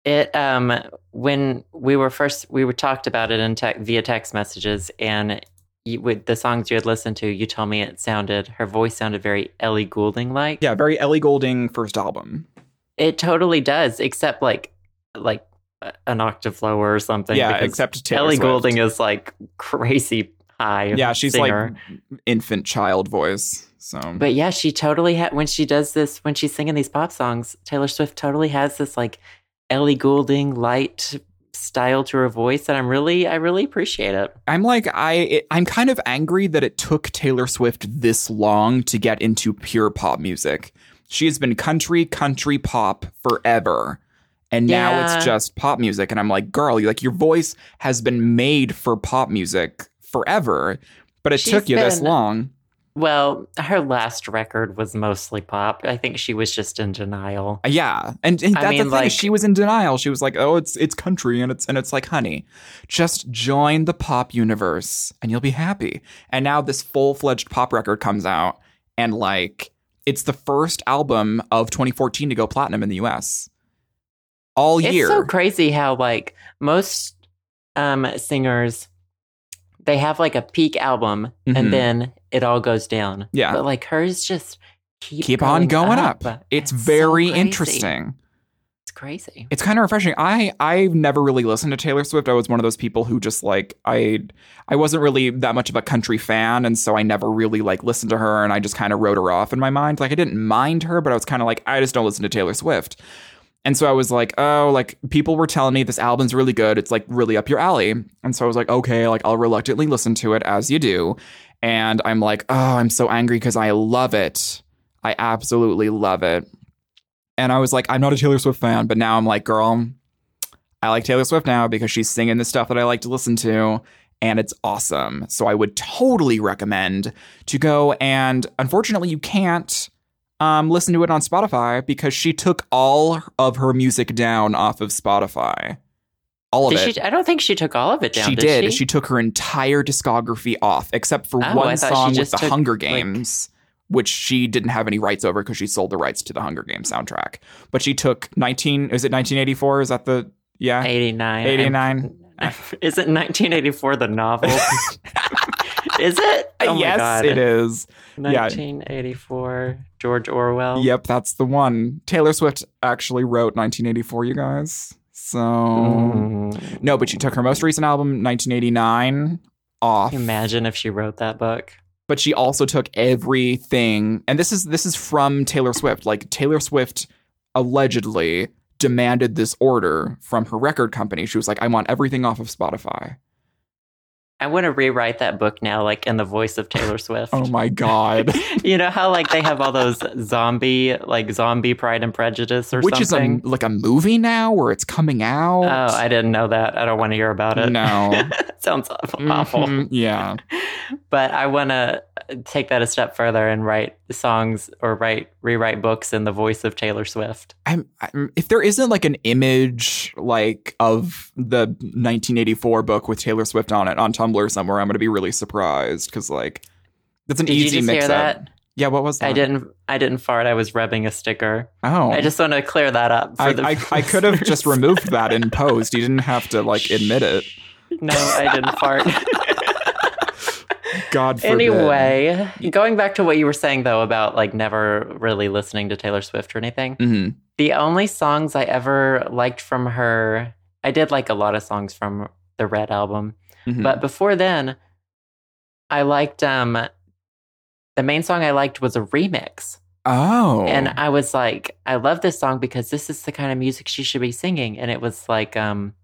Speaker 1: It um when we were first we were talked about it in tech via text messages and you, with the songs you had listened to, you told me it sounded her voice sounded very Ellie Goulding like.
Speaker 2: Yeah, very Ellie Golding first album.
Speaker 1: it totally does, except like like a- an octave lower or something.
Speaker 2: yeah,
Speaker 1: because
Speaker 2: except Taylor
Speaker 1: Ellie
Speaker 2: Swift.
Speaker 1: Goulding is like crazy high.
Speaker 2: Yeah, she's
Speaker 1: singer.
Speaker 2: like infant child voice. So
Speaker 1: But yeah, she totally had when she does this when she's singing these pop songs. Taylor Swift totally has this like Ellie Goulding light style to her voice, and I'm really I really appreciate it.
Speaker 2: I'm like I it, I'm kind of angry that it took Taylor Swift this long to get into pure pop music. She has been country country pop forever. And now
Speaker 1: Yeah.
Speaker 2: it's just pop music and I'm like, "Girl, you like your voice has been made for pop music forever, but it
Speaker 1: She's
Speaker 2: took you this
Speaker 1: been-
Speaker 2: long."
Speaker 1: Well, her last record was mostly pop. I think she was just in denial.
Speaker 2: Yeah. And, and
Speaker 1: I
Speaker 2: that's the
Speaker 1: mean,
Speaker 2: thing.
Speaker 1: like-
Speaker 2: she was in denial. She was like, "Oh, it's it's country and it's and it's like, honey, just join the pop universe and you'll be happy." And now this full-fledged pop record comes out and like it's the first album of 2014 to go platinum in the US. All
Speaker 1: It's
Speaker 2: year.
Speaker 1: so crazy how like most um, singers, they have like a peak album
Speaker 2: Mhm.
Speaker 1: and then it all goes down.
Speaker 2: Yeah.
Speaker 1: But like hers just keep,
Speaker 2: Keep on going up. It's,
Speaker 1: so
Speaker 2: very
Speaker 1: crazy.
Speaker 2: interesting.
Speaker 1: It's crazy.
Speaker 2: It's kind of refreshing. I I've never really listened to Taylor Swift. I was one of those people who just like I I wasn't really that much of a country fan, and so I never really like listened to her, and I just kind of wrote her off in my mind. Like I didn't mind her, but I was kind of like I just don't listen to Taylor Swift. And so I was like, oh, like people were telling me this album's really good. It's like really up your alley. And so I was like, okay, like I'll reluctantly listen to it as you do. And I'm like, oh, I'm so angry because I love it. I absolutely love it. And I was like, I'm not a Taylor Swift fan, but now I'm like, girl, I like Taylor Swift now because she's singing the stuff that I like to listen to. And it's awesome. So I would totally recommend to go. And unfortunately, you can't um, listen to it on Spotify because she took all of her music down off of Spotify. All of
Speaker 1: Did
Speaker 2: it.
Speaker 1: she, I don't think she took all of it down.
Speaker 2: She
Speaker 1: did.
Speaker 2: did.
Speaker 1: She?
Speaker 2: She? took her entire discography off, except for
Speaker 1: Oh, I
Speaker 2: one
Speaker 1: thought she
Speaker 2: song with
Speaker 1: just
Speaker 2: the
Speaker 1: took,
Speaker 2: Hunger
Speaker 1: like-
Speaker 2: Games, which she didn't have any rights over because she sold the rights to the Hunger Games soundtrack. But she took nineteen. Is it nineteen eighty four? Is that the yeah
Speaker 1: 89.
Speaker 2: eighty nine?
Speaker 1: Isn't 1984 the novel? Is it? Oh my
Speaker 2: Uh, yes,
Speaker 1: God.
Speaker 2: it is. yeah.
Speaker 1: 1984, George Orwell.
Speaker 2: Yep, that's the one. Taylor Swift actually wrote nineteen eighty four. You guys. So
Speaker 1: Mm.
Speaker 2: no, but she took her most recent album, nineteen eighty nine, off.
Speaker 1: Can you Imagine if she wrote that book.
Speaker 2: but she also took everything and this is this is from Taylor Swift like Taylor Swift allegedly demanded this order from her record company she was like I want everything off of Spotify
Speaker 1: I want to rewrite that book now, like in the voice of Taylor Swift.
Speaker 2: oh my god
Speaker 1: you know how like they have all those zombie, like zombie Pride and Prejudice or
Speaker 2: which is a,
Speaker 1: something.
Speaker 2: like a movie now where it's coming out
Speaker 1: oh, I didn't know that. I don't want to hear about it.
Speaker 2: no
Speaker 1: sounds awful. awful.
Speaker 2: Mhm, yeah
Speaker 1: But I want to take that a step further and write songs or write rewrite books in the voice of Taylor Swift.
Speaker 2: I'm, I'm, if there isn't like an image like of the 1984 book with Taylor Swift on it on Tumblr somewhere, I'm gonna be really surprised because like that's an
Speaker 1: Did
Speaker 2: easy
Speaker 1: you just
Speaker 2: mix
Speaker 1: hear
Speaker 2: up.
Speaker 1: that?
Speaker 2: Yeah, what was that?
Speaker 1: I didn't. I didn't fart. I was rubbing a sticker.
Speaker 2: Oh,
Speaker 1: I just want to clear that up. For
Speaker 2: I,
Speaker 1: the
Speaker 2: I, I could have just
Speaker 1: listeners.
Speaker 2: removed that in post. You didn't have to like admit it.
Speaker 1: No, I didn't fart.
Speaker 2: God forbid.
Speaker 1: anyway, going back to what you were saying though about like never really listening to Taylor Swift or anything.
Speaker 2: hmm
Speaker 1: The only songs I ever liked from her, I did like a lot of songs from the Red album,
Speaker 2: Mm-hmm. Hmm.
Speaker 1: but before then, I liked um. The main song I liked was a remix.
Speaker 2: oh,
Speaker 1: And I was like, I love this song because this is the kind of music she should be singing. And it was like, um,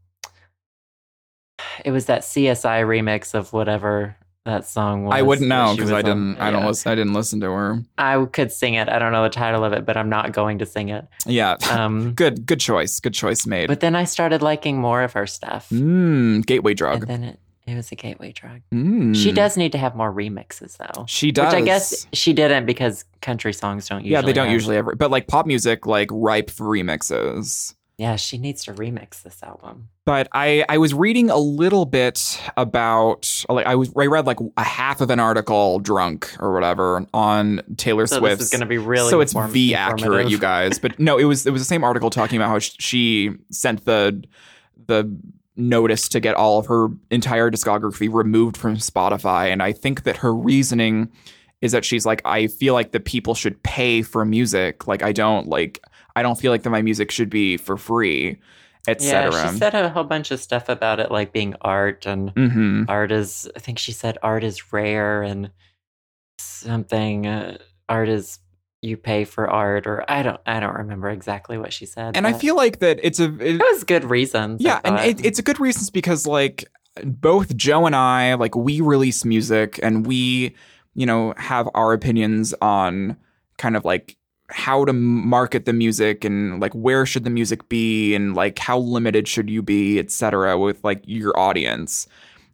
Speaker 1: it was that CSI remix of whatever that song was.
Speaker 2: I wouldn't
Speaker 1: that
Speaker 2: know
Speaker 1: she
Speaker 2: because
Speaker 1: was
Speaker 2: I
Speaker 1: on.
Speaker 2: didn't. I don't
Speaker 1: Yeah.
Speaker 2: listen. I didn't listen to her.
Speaker 1: I could sing it. I don't know the title of it, but I'm not going to sing it.
Speaker 2: Yeah,
Speaker 1: Um,
Speaker 2: good. Good choice. Good choice made.
Speaker 1: but then I started liking more of her stuff,
Speaker 2: Mm, gateway
Speaker 1: and
Speaker 2: drug.
Speaker 1: then it, it was a gateway drug.
Speaker 2: Mm.
Speaker 1: She does need to have more remixes, though.
Speaker 2: She does.
Speaker 1: Which I guess she didn't because country songs don't usually.
Speaker 2: Yeah, they don't
Speaker 1: have-
Speaker 2: usually ever. But like pop music, like ripe for remixes.
Speaker 1: Yeah, she needs to remix this album.
Speaker 2: but I, I was reading a little bit about like I was I read like a half of an article drunk or whatever on Taylor
Speaker 1: So
Speaker 2: Swift.
Speaker 1: this is going to be really
Speaker 2: so it's
Speaker 1: inform-
Speaker 2: v accurate,
Speaker 1: informative.
Speaker 2: you guys. But no, it was it was the same article talking about how sh- she sent the the notice to get all of her entire discography removed from Spotify, and I think that her reasoning is that she's like, I feel like the people should pay for music. Like I don't like I don't feel like that my music should be for free,
Speaker 1: Yeah,
Speaker 2: etc.
Speaker 1: she said a whole bunch of stuff about it, like being art and
Speaker 2: mm-hmm.
Speaker 1: art is. I think she said art is rare and something. Uh, art is you pay for art, or I don't. I don't remember exactly what she said.
Speaker 2: And I
Speaker 1: but
Speaker 2: feel like that it's a it-
Speaker 1: that was good reasons. I
Speaker 2: yeah, and
Speaker 1: thought.
Speaker 2: it, it's a good reason because like both Joe and I like we release music and we you know have our opinions on kind of like how to market the music and like where should the music be and like how limited should you be etc with like your audience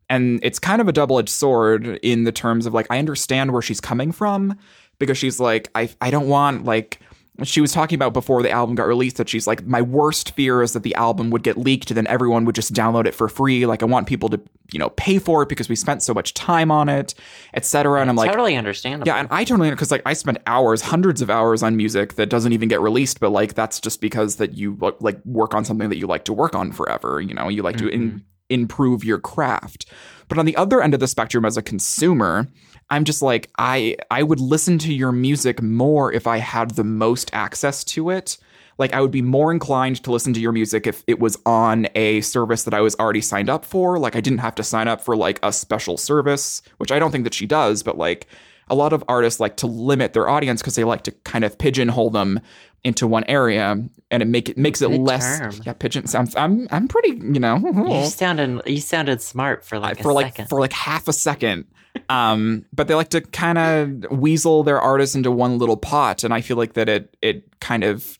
Speaker 2: and it's kind of a double-edged sword in the terms of like i understand where she's coming from because she's like i, I don't want like she was talking about before the album got released that she's like my worst fear is that the album would get leaked and then everyone would just download it for free like i want people to you know pay for it because we spent so much time on it etc and i'm like
Speaker 1: totally understandable.
Speaker 2: yeah, and I totally because like I spent hours, hundreds of hours on music that doesn't even get released, but like that's just because that you like work on something that you like to work on forever. You know, you like to in, improve your craft. But on the other end of the spectrum as a consumer, I'm just like I I would listen to your music more if I had the most access to it. Like I would be more inclined to listen to your music if it was on a service that I was already signed up for. Like I didn't have to sign up for like a special service, which I don't think that she does, but like a lot of artists like to limit their audience because they like to kind of pigeonhole them into one area and it make it makes it
Speaker 1: Good
Speaker 2: less
Speaker 1: term.
Speaker 2: yeah pigeon I'm, I'm I'm pretty you know
Speaker 1: You sounded you sounded smart for like a
Speaker 2: for like
Speaker 1: second.
Speaker 2: for like half a second. Um, but they like to kind of weasel their artists into one little pot, and I feel like that it it kind of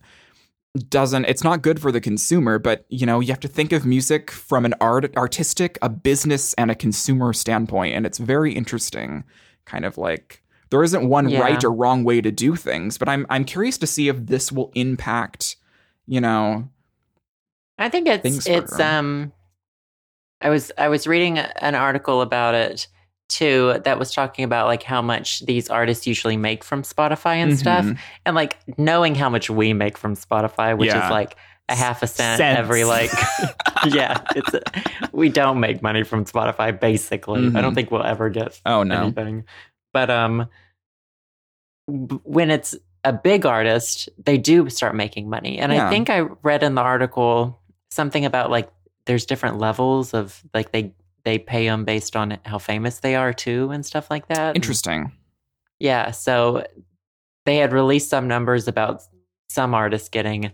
Speaker 2: doesn't. It's not good for the consumer, but you know you have to think of music from an art artistic, a business, and a consumer standpoint, and it's very interesting. Kind of like there isn't one
Speaker 1: Yeah.
Speaker 2: right or wrong way to do things, but I'm I'm curious to see if this will impact. You know,
Speaker 1: I think it's
Speaker 2: things for
Speaker 1: it's
Speaker 2: her.
Speaker 1: um I was I was reading an article about it too that was talking about like how much these artists usually make from Spotify and
Speaker 2: Mhm.
Speaker 1: stuff and like knowing how much we make from Spotify which
Speaker 2: Yeah.
Speaker 1: is like a half a cent
Speaker 2: Cents.
Speaker 1: every like yeah it's a, we don't make money from Spotify basically I
Speaker 2: Mhm.
Speaker 1: don't think we'll ever get
Speaker 2: Oh no,
Speaker 1: anything. But um, b- when it's a big artist, they do start making money. And
Speaker 2: Yeah.
Speaker 1: I think I read in the article something about like there's different levels of like they they pay them based on how famous they are too and stuff like that. And-
Speaker 2: interesting.
Speaker 1: yeah, so they had released some numbers about some artists getting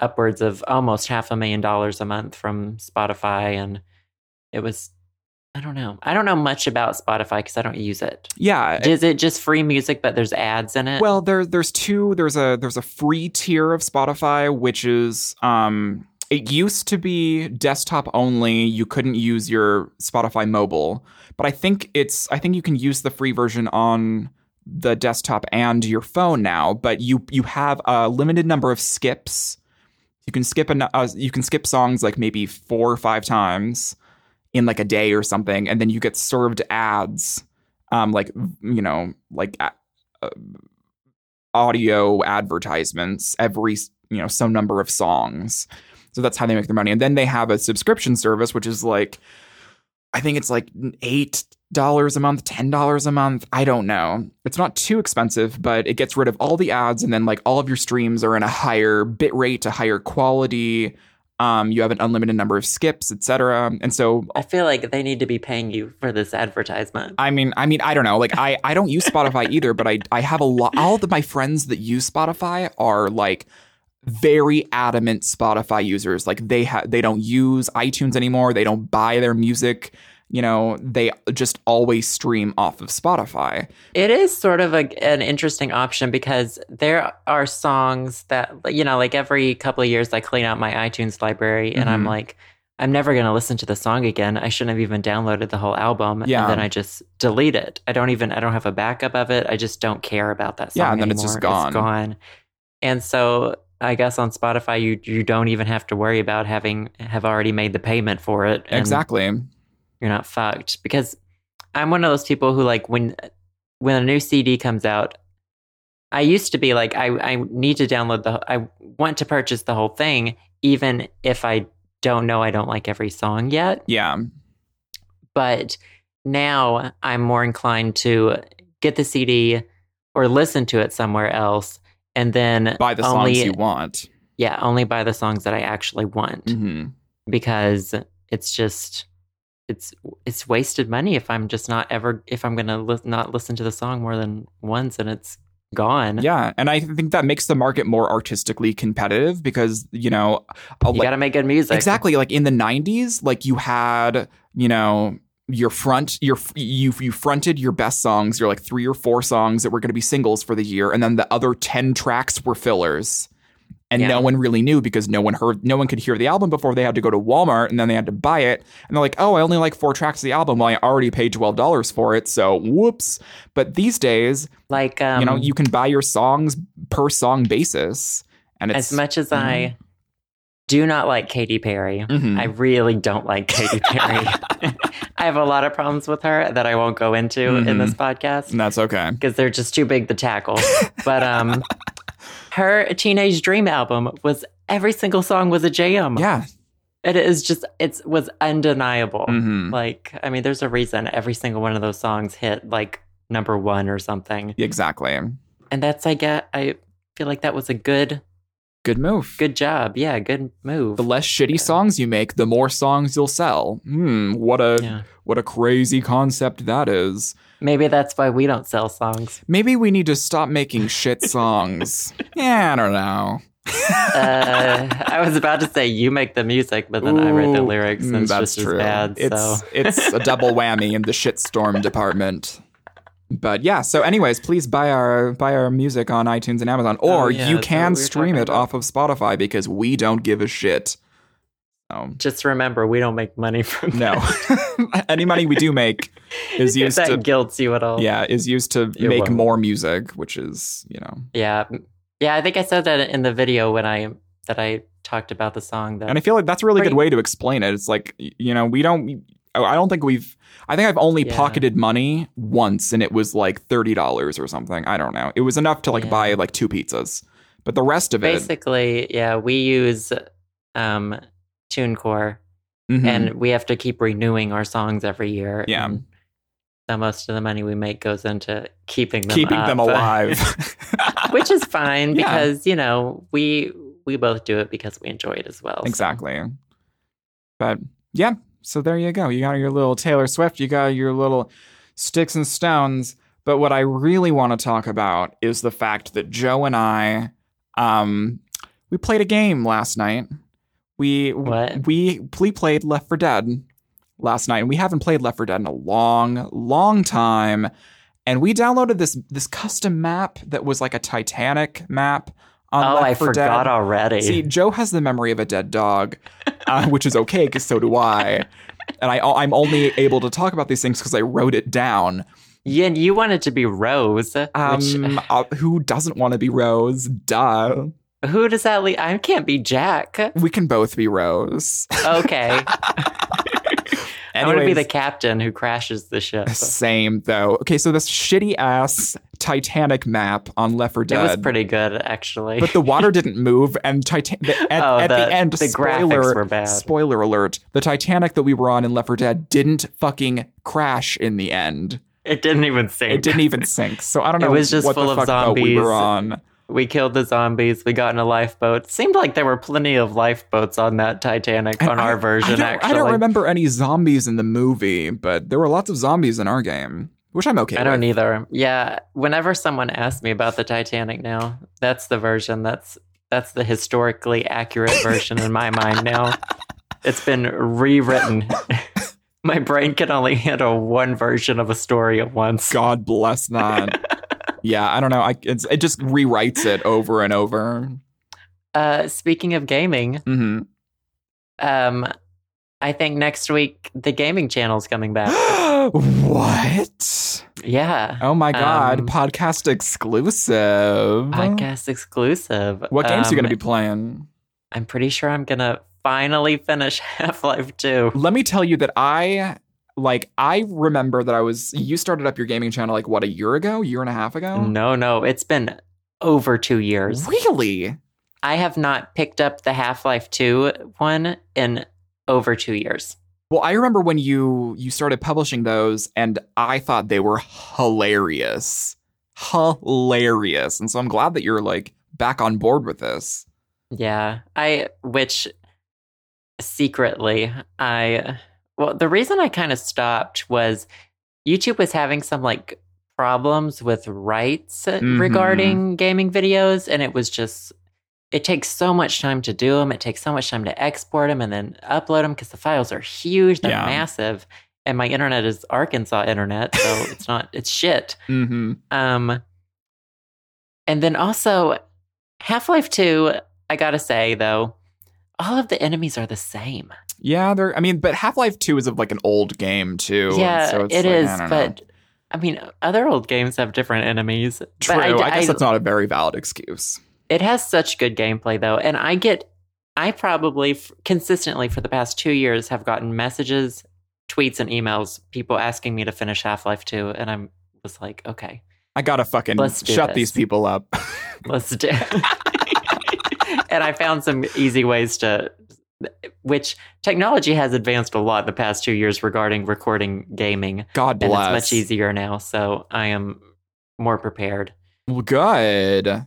Speaker 1: upwards of almost half a million dollars a month from Spotify and it was I don't know. I don't know much about Spotify cuz I don't use it.
Speaker 2: Yeah,
Speaker 1: Is it just free music but there's ads in it?
Speaker 2: Well, there there's two. There's a there's a free tier of Spotify, which is um it used to be desktop only. You couldn't use your Spotify mobile, but I think it's I think you can use the free version on the desktop and your phone now. But you you have a limited number of skips. You can skip an, uh, you can skip songs like maybe four or five times in like a day or something, and then you get served ads, um, like you know, like a- uh, audio advertisements every you know some number of songs. So that's how they make their money, and then they have a subscription service, which is like, I think it's like eight dollars a month, ten dollars a month. I don't know. It's not too expensive, but it gets rid of all the ads, and then like all of your streams are in a higher bit rate, a higher quality. Um, you have an unlimited number of skips, etc. And so
Speaker 1: I feel like they need to be paying you for this advertisement.
Speaker 2: I mean, I mean, I don't know. Like, I, I don't use Spotify either, but I, I have a lot. All of my friends that use Spotify are like very adamant Spotify users. Like, they ha- they don't use iTunes anymore. They don't buy their music. You know, they just always stream off of Spotify.
Speaker 1: It is sort of a, an interesting option because there are songs that, you know, like every couple of years I clean out my iTunes library and I'm
Speaker 2: Mhm.
Speaker 1: like, I'm never going to listen to the song again. I shouldn't have even downloaded the whole album.
Speaker 2: Yeah.
Speaker 1: And then I just delete it. I don't even, I don't have a backup of it. I just don't care about that song.
Speaker 2: Yeah, and then it's just
Speaker 1: anymore.
Speaker 2: gone.
Speaker 1: gone. And so I guess on Spotify, you, you don't even have to worry about having, have already made the payment for it. and
Speaker 2: exactly.
Speaker 1: you're not fucked because i'm one of those people who like when when a new cd comes out i used to be like i i need to download the i want to purchase the whole thing even if i don't know i don't like every song yet
Speaker 2: Yeah.
Speaker 1: but now i'm more inclined to get the cd or listen to it somewhere else and then
Speaker 2: Buy the songs
Speaker 1: only,
Speaker 2: you want.
Speaker 1: yeah only buy the songs that i actually want
Speaker 2: hmm
Speaker 1: because it's just it's it's wasted money if I'm just not ever if I'm gonna li- not listen to the song more than once and it's gone.
Speaker 2: Yeah. And I think that makes the market more artistically competitive because, you know, a-
Speaker 1: you gotta make good music.
Speaker 2: exactly like in the 90s like you had you know your front your you you fronted your best songs your like three or four songs that were going to be singles for the year and then the other 10 tracks were fillers and
Speaker 1: Yeah.
Speaker 2: no one really knew because no one heard no one could hear the album before they had to go to Walmart and then they had to buy it and they're like oh I only like four tracks of the album well I already paid $12 for it so whoops but these days
Speaker 1: Like um,
Speaker 2: you know you can buy your songs per song basis and it's Mm-hmm.
Speaker 1: as much as I do not like Katy Perry,
Speaker 2: Mhm.
Speaker 1: I really don't like Katy Perry. I have a lot of problems with her that I won't go into
Speaker 2: Mm-hmm.
Speaker 1: in this podcast.
Speaker 2: and that's okay
Speaker 1: because they're just too big to tackle. But um, her Teenage Dream album was every single song was a jam.
Speaker 2: yeah
Speaker 1: It is just it was undeniable.
Speaker 2: Mhm.
Speaker 1: Like I mean, there's a reason every single one of those songs hit like number one or something,
Speaker 2: Exactly.
Speaker 1: and that's I get. I feel like that was a good
Speaker 2: Good move.
Speaker 1: good job. Yeah, good move.
Speaker 2: The less shitty songs you make, the more songs you'll sell. Hmm. What a
Speaker 1: yeah.
Speaker 2: what a crazy concept that is.
Speaker 1: Maybe that's why we don't sell songs.
Speaker 2: Maybe we need to stop making shit songs. yeah, I don't know.
Speaker 1: Uh, I was about to say you make the music, but then I read the
Speaker 2: Ooh,
Speaker 1: lyrics and
Speaker 2: Mm,
Speaker 1: it's just as bad.
Speaker 2: It's
Speaker 1: so
Speaker 2: it's a double whammy in the shitstorm department. But yeah, so anyways, please buy our buy our music on iTunes and Amazon, or
Speaker 1: Oh, yeah,
Speaker 2: you
Speaker 1: that's
Speaker 2: can
Speaker 1: what we were
Speaker 2: stream
Speaker 1: talking
Speaker 2: it
Speaker 1: about.
Speaker 2: off of Spotify because we don't give a shit. Um,
Speaker 1: just remember, we don't make money from
Speaker 2: no, any money we do make is
Speaker 1: If
Speaker 2: used
Speaker 1: that
Speaker 2: to
Speaker 1: guilts you at all.
Speaker 2: yeah is used to
Speaker 1: You're
Speaker 2: make
Speaker 1: welcome.
Speaker 2: more music, which is you know.
Speaker 1: yeah, yeah. I think I said that in the video when I that I talked about the song that
Speaker 2: And I feel like that's a really
Speaker 1: Pretty-
Speaker 2: good way to explain it. It's like y- you know we don't. I don't think we've. I think I've only
Speaker 1: Yeah.
Speaker 2: pocketed money once, and it was like thirty dollars or something. I don't know. It was enough to like
Speaker 1: Yeah.
Speaker 2: buy like two pizzas, but the rest of it,
Speaker 1: basically yeah we use um TuneCore
Speaker 2: Mhm.
Speaker 1: and we have to keep renewing our songs every year.
Speaker 2: Yeah.
Speaker 1: and So most of the money we make goes into keeping them
Speaker 2: keeping
Speaker 1: up.
Speaker 2: them alive.
Speaker 1: which is fine
Speaker 2: Yeah.
Speaker 1: because you know we we both do it because we enjoy it as well. so.
Speaker 2: exactly. But yeah, so there you go. You got your little Taylor Swift. You got your little sticks and stones. But what I really want to talk about is the fact that Joe and I, um, we played a game last night. We
Speaker 1: What?
Speaker 2: we we played Left for Dead last night, and we haven't played Left for Dead in a long, long time. And we downloaded this this custom map that was like a Titanic map on
Speaker 1: Oh,
Speaker 2: Left
Speaker 1: I
Speaker 2: 4 Dead.
Speaker 1: forgot already.
Speaker 2: See, Joe has the memory of a dead dog, uh, which is okay because so do I. And I, I'm only able to talk about these things because I wrote it down.
Speaker 1: yeah, and you wanted to be Rose. which,
Speaker 2: Um, uh, who doesn't want to be Rose? Duh.
Speaker 1: who does that leave? I can't be Jack.
Speaker 2: We can both be Rose.
Speaker 1: Okay. I want to be
Speaker 2: Anyways.
Speaker 1: the captain who crashes the ship. It
Speaker 2: Same though. Okay, so this shitty ass Titanic map on Left 4 Dead.
Speaker 1: was pretty good, actually.
Speaker 2: but the water didn't move, and Titan- the, at,
Speaker 1: Oh,
Speaker 2: at
Speaker 1: the-
Speaker 2: the end,
Speaker 1: the graphics
Speaker 2: spoiler,
Speaker 1: were bad.
Speaker 2: spoiler alert: the Titanic that we were on in Left 4 Dead didn't fucking crash in the end.
Speaker 1: it didn't even sink.
Speaker 2: It didn't even sink. So I don't
Speaker 1: It
Speaker 2: know.
Speaker 1: was just
Speaker 2: what
Speaker 1: full
Speaker 2: the
Speaker 1: of
Speaker 2: fuck boat We
Speaker 1: zombies.
Speaker 2: were on.
Speaker 1: We killed the zombies. We got in a lifeboat. Seemed like there were plenty of lifeboats on that Titanic on
Speaker 2: And I-
Speaker 1: our version,
Speaker 2: I don't,
Speaker 1: actually.
Speaker 2: I don't remember any zombies in the movie, but there were lots of zombies in our game, which I'm okay.
Speaker 1: I don't
Speaker 2: with.
Speaker 1: either. Yeah, whenever someone asks me about the Titanic now, that's the version that's that's the historically accurate version in my mind now. It's been rewritten. my brain can only handle one version of a story at once.
Speaker 2: God bless that. yeah, I don't know. I it's, it just rewrites it over and over.
Speaker 1: Uh, speaking of gaming,
Speaker 2: hmm
Speaker 1: um, I think next week the gaming channel's coming back.
Speaker 2: what?
Speaker 1: yeah,
Speaker 2: Oh my god!
Speaker 1: Um,
Speaker 2: Podcast exclusive.
Speaker 1: podcast exclusive.
Speaker 2: Oh. What games you
Speaker 1: Um,
Speaker 2: gonna be playing?
Speaker 1: I'm pretty sure I'm gonna finally finish Half Life Two.
Speaker 2: Let me tell you that I like. I remember that I was. You started up your gaming channel like what a year ago, year and a half ago.
Speaker 1: No, no, it's been over two years.
Speaker 2: Really?
Speaker 1: I have not picked up the Half Life 2 one in over two years.
Speaker 2: Well, I remember when you you started publishing those, and I thought they were hilarious, hilarious. And so I'm glad that you're like back on board with this.
Speaker 1: Yeah. I, which secretly, I, well, the reason I kind of stopped was YouTube was having some like problems with rights
Speaker 2: Mhm.
Speaker 1: regarding gaming videos. And it was just, it takes so much time to do them. It takes so much time to export them and then upload them because the files are huge, they're
Speaker 2: Yeah.
Speaker 1: massive. And my internet is Arkansas internet. So it's not, it's shit.
Speaker 2: Mm-hmm.
Speaker 1: Um, and then also, Half Life 2, I gotta say though, all of the enemies are the same.
Speaker 2: Yeah, they're. I mean, but Half Life Two is of like an old game too. and
Speaker 1: yeah,
Speaker 2: so
Speaker 1: it
Speaker 2: it's
Speaker 1: is.
Speaker 2: like, I don't know.
Speaker 1: but I mean, other old games have different enemies.
Speaker 2: true.
Speaker 1: But
Speaker 2: I,
Speaker 1: d-
Speaker 2: guess that's not a very valid excuse.
Speaker 1: It has such good gameplay though, and I get, I probably f- consistently for the past two years have gotten messages, tweets, and emails, people asking me to finish Half Life 2, and I'm was like, okay,
Speaker 2: I gotta fucking
Speaker 1: Let's do
Speaker 2: shut
Speaker 1: this.
Speaker 2: these people up.
Speaker 1: Let's do. and I found some easy ways to which technology has advanced a lot in the past two years regarding recording gaming.
Speaker 2: God
Speaker 1: And
Speaker 2: bless.
Speaker 1: it's much easier now. So I am more prepared.
Speaker 2: Well, good.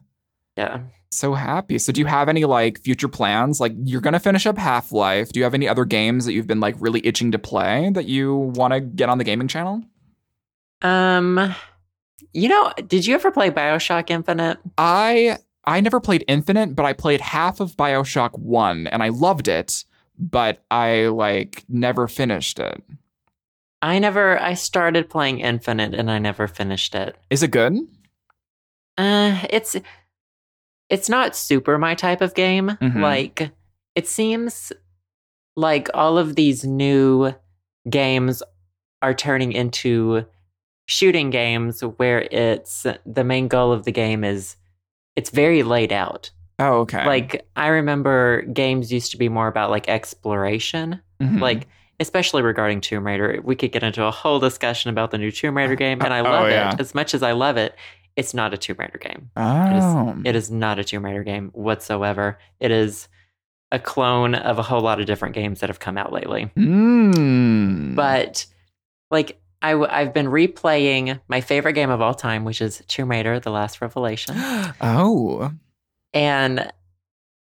Speaker 1: Yeah.
Speaker 2: So happy. So do you have any like future plans? Like you're gonna finish up Half Life. Do you have any other games that you've been like really itching to play that you want to get on the gaming channel?
Speaker 1: Um, you know, did you ever play Bioshock Infinite?
Speaker 2: I I never played Infinite, but I played half of BioShock 1 and I loved it, but I like never finished it.
Speaker 1: I never. I started playing Infinite and I never finished it.
Speaker 2: Is it good?
Speaker 1: Uh, it's it's not super my type of game.
Speaker 2: Mhm.
Speaker 1: Like it seems like all of these new games are turning into shooting games where it's the main goal of the game is it's very laid out.
Speaker 2: Oh, okay.
Speaker 1: Like I remember games used to be more about like exploration,
Speaker 2: Mhm.
Speaker 1: like especially regarding Tomb Raider. We could get into a whole discussion about the new Tomb Raider game and I
Speaker 2: Oh,
Speaker 1: love
Speaker 2: yeah.
Speaker 1: it. As much as I love it, it's not a Tomb Raider game.
Speaker 2: oh.
Speaker 1: It is not a Tomb Raider game whatsoever. It is a clone of a whole lot of different games that have come out lately.
Speaker 2: Mm-hmm. Mm.
Speaker 1: But like I w- I've been replaying my favorite game of all time, which is Tomb Raider: The Last Revelation,
Speaker 2: oh.
Speaker 1: and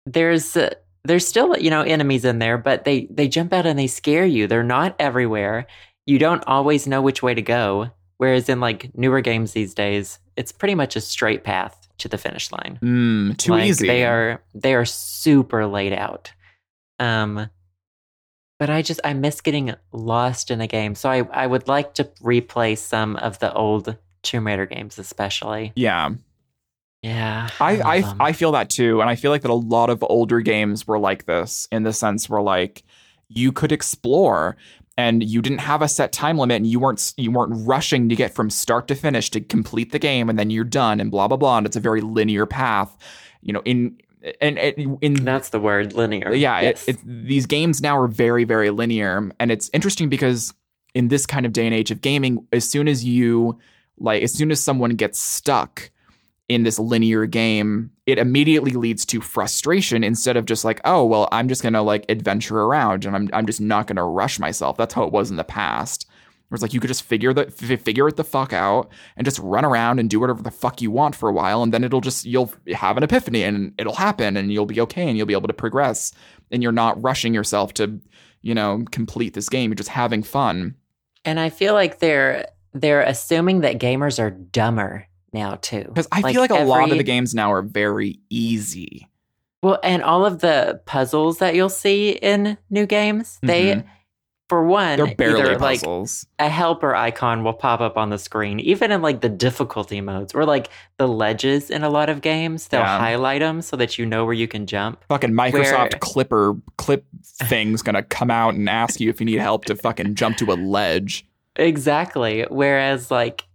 Speaker 1: there's uh, there's still you know enemies in there, but they they jump out and they scare you. They're not everywhere. You don't always know which way to go. Whereas in like newer games these days, it's pretty much a straight path to the finish line.
Speaker 2: Mm, too
Speaker 1: Like,
Speaker 2: easy.
Speaker 1: They are they are super laid out. Um but I just I miss getting lost in a game. So I I would like to replay some of the old Tomb Raider games especially.
Speaker 2: Yeah.
Speaker 1: Yeah. love
Speaker 2: I, I,
Speaker 1: them.
Speaker 2: I feel that too. And I feel like that a lot of older games were like this in the sense where like you could explore and you didn't have a set time limit and you weren't you weren't rushing to get from start to finish to complete the game and then you're done and blah blah blah and it's a very linear path you know in and in, in
Speaker 1: that's the word linear.
Speaker 2: yeah, it-
Speaker 1: Yes.
Speaker 2: it, these games now are very, very linear, and it's interesting because in this kind of day and age of gaming, as soon as you like, as soon as someone gets stuck in this linear game, it immediately leads to frustration instead of just like, oh, well, I'm just gonna like adventure around, and I'm I'm just not gonna rush myself. That's how it was in the past. Where it's like you could just figure the f- figure it the fuck out and just run around and do whatever the fuck you want for a while, and then it'll just you'll have an epiphany and it'll happen, and you'll be okay, and you'll be able to progress and you're not rushing yourself to, you know, complete this game. You're just having fun.
Speaker 1: and I feel like they're they're assuming that gamers are dumber now too.
Speaker 2: Because I feel like a lot of
Speaker 1: every-
Speaker 2: the games now are very easy.
Speaker 1: Well, and all of the puzzles that you'll see in new games, they for one
Speaker 2: Mm-hmm. They're barely
Speaker 1: either, like
Speaker 2: puzzles.
Speaker 1: a helper icon will pop up on the screen, even in like the difficulty modes or like the ledges in a lot of games. They'll
Speaker 2: Yeah.
Speaker 1: highlight them so that you know where you can jump.
Speaker 2: fucking Microsoft
Speaker 1: where-
Speaker 2: Clipper clip thing's gonna come out and ask you if you need help to fucking jump to a ledge.
Speaker 1: Exactly. Whereas like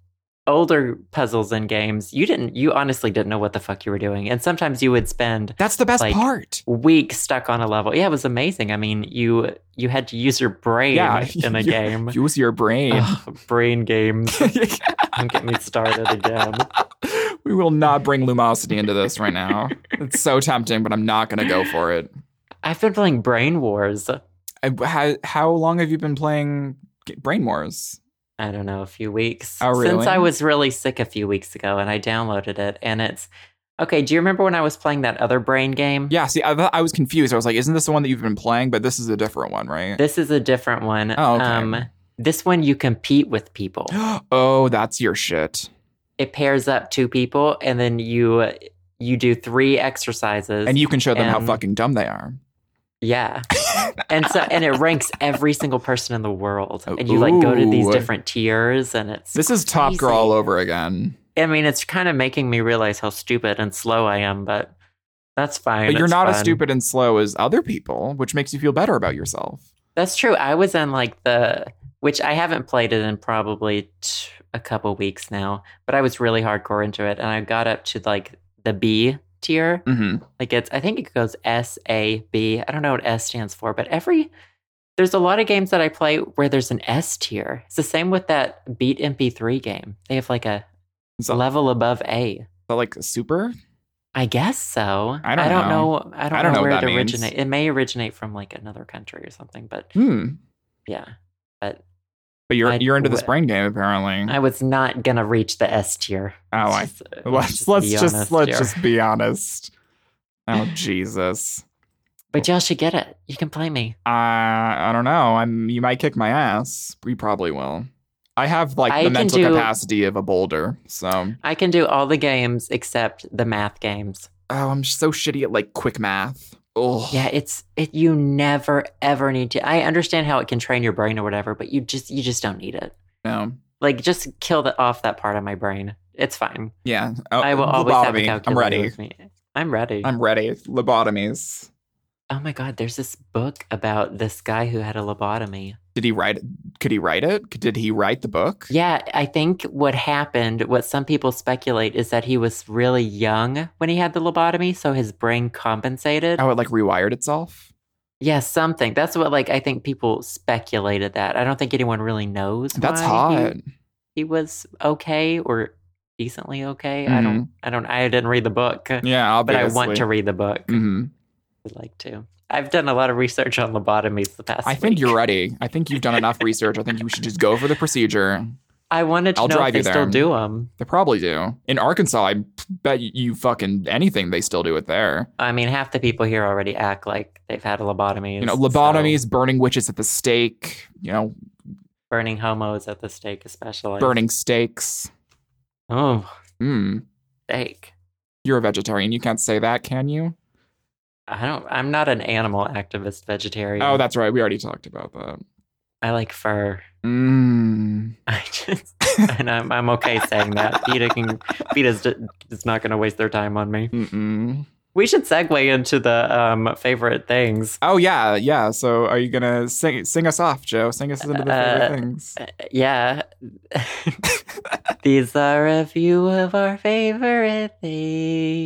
Speaker 1: older puzzles in games, you didn't, you honestly didn't know what the fuck you were doing. And sometimes you would spend
Speaker 2: That's the best
Speaker 1: Like,
Speaker 2: part.
Speaker 1: weeks stuck on a level. Yeah, it was amazing. I mean, you you had to use your brain
Speaker 2: Yeah,
Speaker 1: in a
Speaker 2: you-
Speaker 1: game.
Speaker 2: Use your brain.
Speaker 1: Ugh, brain games. Don't get me started again.
Speaker 2: we will not bring Lumosity into this right now. It's so tempting, but I'm not gonna go for it.
Speaker 1: I've been playing Brain Wars.
Speaker 2: I- How, how long have you been playing Brain Wars?
Speaker 1: I don't know, a few weeks.
Speaker 2: Oh,
Speaker 1: Since I
Speaker 2: really?
Speaker 1: was really sick a few weeks ago and I downloaded it and it's okay, do you remember when I was playing that other brain game?
Speaker 2: Yeah, see, I, th- I was confused. I was like, isn't this the one that you've been playing? But this is a different one, right?
Speaker 1: This is a different one. Um,
Speaker 2: Oh, okay.
Speaker 1: this one you compete with people.
Speaker 2: oh, that's your shit.
Speaker 1: It pairs up two people and then you you do three exercises.
Speaker 2: And you can show them how
Speaker 1: And-
Speaker 2: fucking dumb they are.
Speaker 1: yeah. and so and it ranks every single person in the world. And you like go to these
Speaker 2: Ooh.
Speaker 1: different tiers and it's
Speaker 2: This is Top Girl
Speaker 1: crazy.
Speaker 2: all over again.
Speaker 1: I mean it's kind of making me realize how stupid and slow I am, but that's fine.
Speaker 2: But you're
Speaker 1: It's
Speaker 2: not as
Speaker 1: fun.
Speaker 2: stupid and slow as other people, which makes you feel better about yourself.
Speaker 1: That's true. I was in like the which I haven't played it in probably t- a couple weeks now, but I was really hardcore into it, and I got up to like the B tier.
Speaker 2: Mm-hmm.
Speaker 1: Like it's I think it goes S A B. I don't know what S stands for, but every there's a lot of games that I play where there's an S tier. It's the same with that Beat MP3 game. They have like a
Speaker 2: Is that,
Speaker 1: level above A.
Speaker 2: that like super?
Speaker 1: I guess so.
Speaker 2: I don't
Speaker 1: know.
Speaker 2: know.
Speaker 1: I don't,
Speaker 2: I don't
Speaker 1: know,
Speaker 2: know what
Speaker 1: where it
Speaker 2: that means.
Speaker 1: originates. It may originate from like another country or something, but
Speaker 2: Hmm.
Speaker 1: yeah. But
Speaker 2: But you're
Speaker 1: I-
Speaker 2: you're into this
Speaker 1: wh-
Speaker 2: brain game apparently.
Speaker 1: I was not gonna reach the S tier.
Speaker 2: oh, I
Speaker 1: Just-
Speaker 2: let's
Speaker 1: be
Speaker 2: let's just
Speaker 1: honest
Speaker 2: let's
Speaker 1: here.
Speaker 2: just be honest. Oh Jesus.
Speaker 1: But y'all should get it. You can play me.
Speaker 2: Uh, I don't know. I'm. You might kick my ass. We probably will. I have like
Speaker 1: I
Speaker 2: the
Speaker 1: can
Speaker 2: mental
Speaker 1: do-
Speaker 2: capacity of a boulder. So oh,
Speaker 1: I can do all the games except the math games.
Speaker 2: Oh, I'm so shitty at like quick math. Oh
Speaker 1: Yeah, it's it. You never ever need to. I understand how it can train your brain or whatever, but you just you just don't need it.
Speaker 2: no.
Speaker 1: Like just kill the, off that part of my brain. It's fine.
Speaker 2: Yeah. Oh,
Speaker 1: I will always have a
Speaker 2: lobotomy.
Speaker 1: calculator
Speaker 2: I'm ready.
Speaker 1: with me. I'm ready.
Speaker 2: I'm ready. Lobotomies.
Speaker 1: oh my god, there's this book about this guy who had a lobotomy.
Speaker 2: Did he write? Could he write it? Did he write the book?
Speaker 1: Yeah, I think what happened, what some people speculate, is that he was really young when he had the lobotomy, so his brain compensated.
Speaker 2: Oh, it like rewired itself.
Speaker 1: Yeah, something. That's what like I think people speculated that. I don't think anyone really knows.
Speaker 2: That's
Speaker 1: why he-
Speaker 2: hot.
Speaker 1: He, was okay or decently okay. I don't. I don't. I didn't read the book,
Speaker 2: Mm-hmm. Yeah,
Speaker 1: but
Speaker 2: obviously.
Speaker 1: I want to read the book.
Speaker 2: hmm
Speaker 1: I'd like to. I've done a lot of research on lobotomies the past.
Speaker 2: I think
Speaker 1: week.
Speaker 2: you're ready. I think you've done enough research. I think you should just go for the procedure.
Speaker 1: I wanted to
Speaker 2: I'll
Speaker 1: know if
Speaker 2: drive
Speaker 1: they
Speaker 2: you there.
Speaker 1: still do them.
Speaker 2: They probably do. In Arkansas, I bet you fucking anything they still do it there.
Speaker 1: I mean, half the people here already act like they've had a lobotomy.
Speaker 2: You know,
Speaker 1: so
Speaker 2: lobotomies, burning witches at the stake, you know,
Speaker 1: burning homos at the stake, especially
Speaker 2: burning steaks.
Speaker 1: Oh,
Speaker 2: Hmm.
Speaker 1: stake.
Speaker 2: You're a vegetarian. You can't say that, can you?
Speaker 1: I don't. I'm not an animal activist vegetarian.
Speaker 2: Oh, that's right. We already talked about that.
Speaker 1: I like fur.
Speaker 2: Mm.
Speaker 1: I just and I'm I'm okay saying that. Peta can Peta's ju- is not going to waste their time on me.
Speaker 2: Mm-mm.
Speaker 1: We should segue into the um favorite things.
Speaker 2: Oh, yeah. Yeah. So are you going to sing sing us off, Joe? Sing us into the favorite
Speaker 1: Uh,
Speaker 2: things.
Speaker 1: Uh, yeah. These are a few of our favorite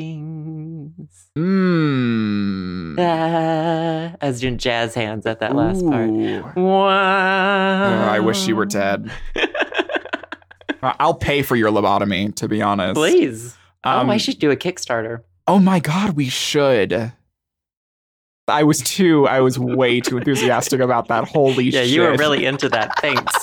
Speaker 1: things.
Speaker 2: Mm.
Speaker 1: Ah, I was doing jazz hands at that last part.
Speaker 2: Ooh.
Speaker 1: Wow.
Speaker 2: Oh, I wish you were dead. I- I'll pay for your lobotomy, to be honest.
Speaker 1: Please.
Speaker 2: Um,
Speaker 1: oh, I should do a Kickstarter.
Speaker 2: oh my god, we should. I was too. I was way too enthusiastic about that. Holy
Speaker 1: Yeah,
Speaker 2: shit!
Speaker 1: you were really into that. Thanks.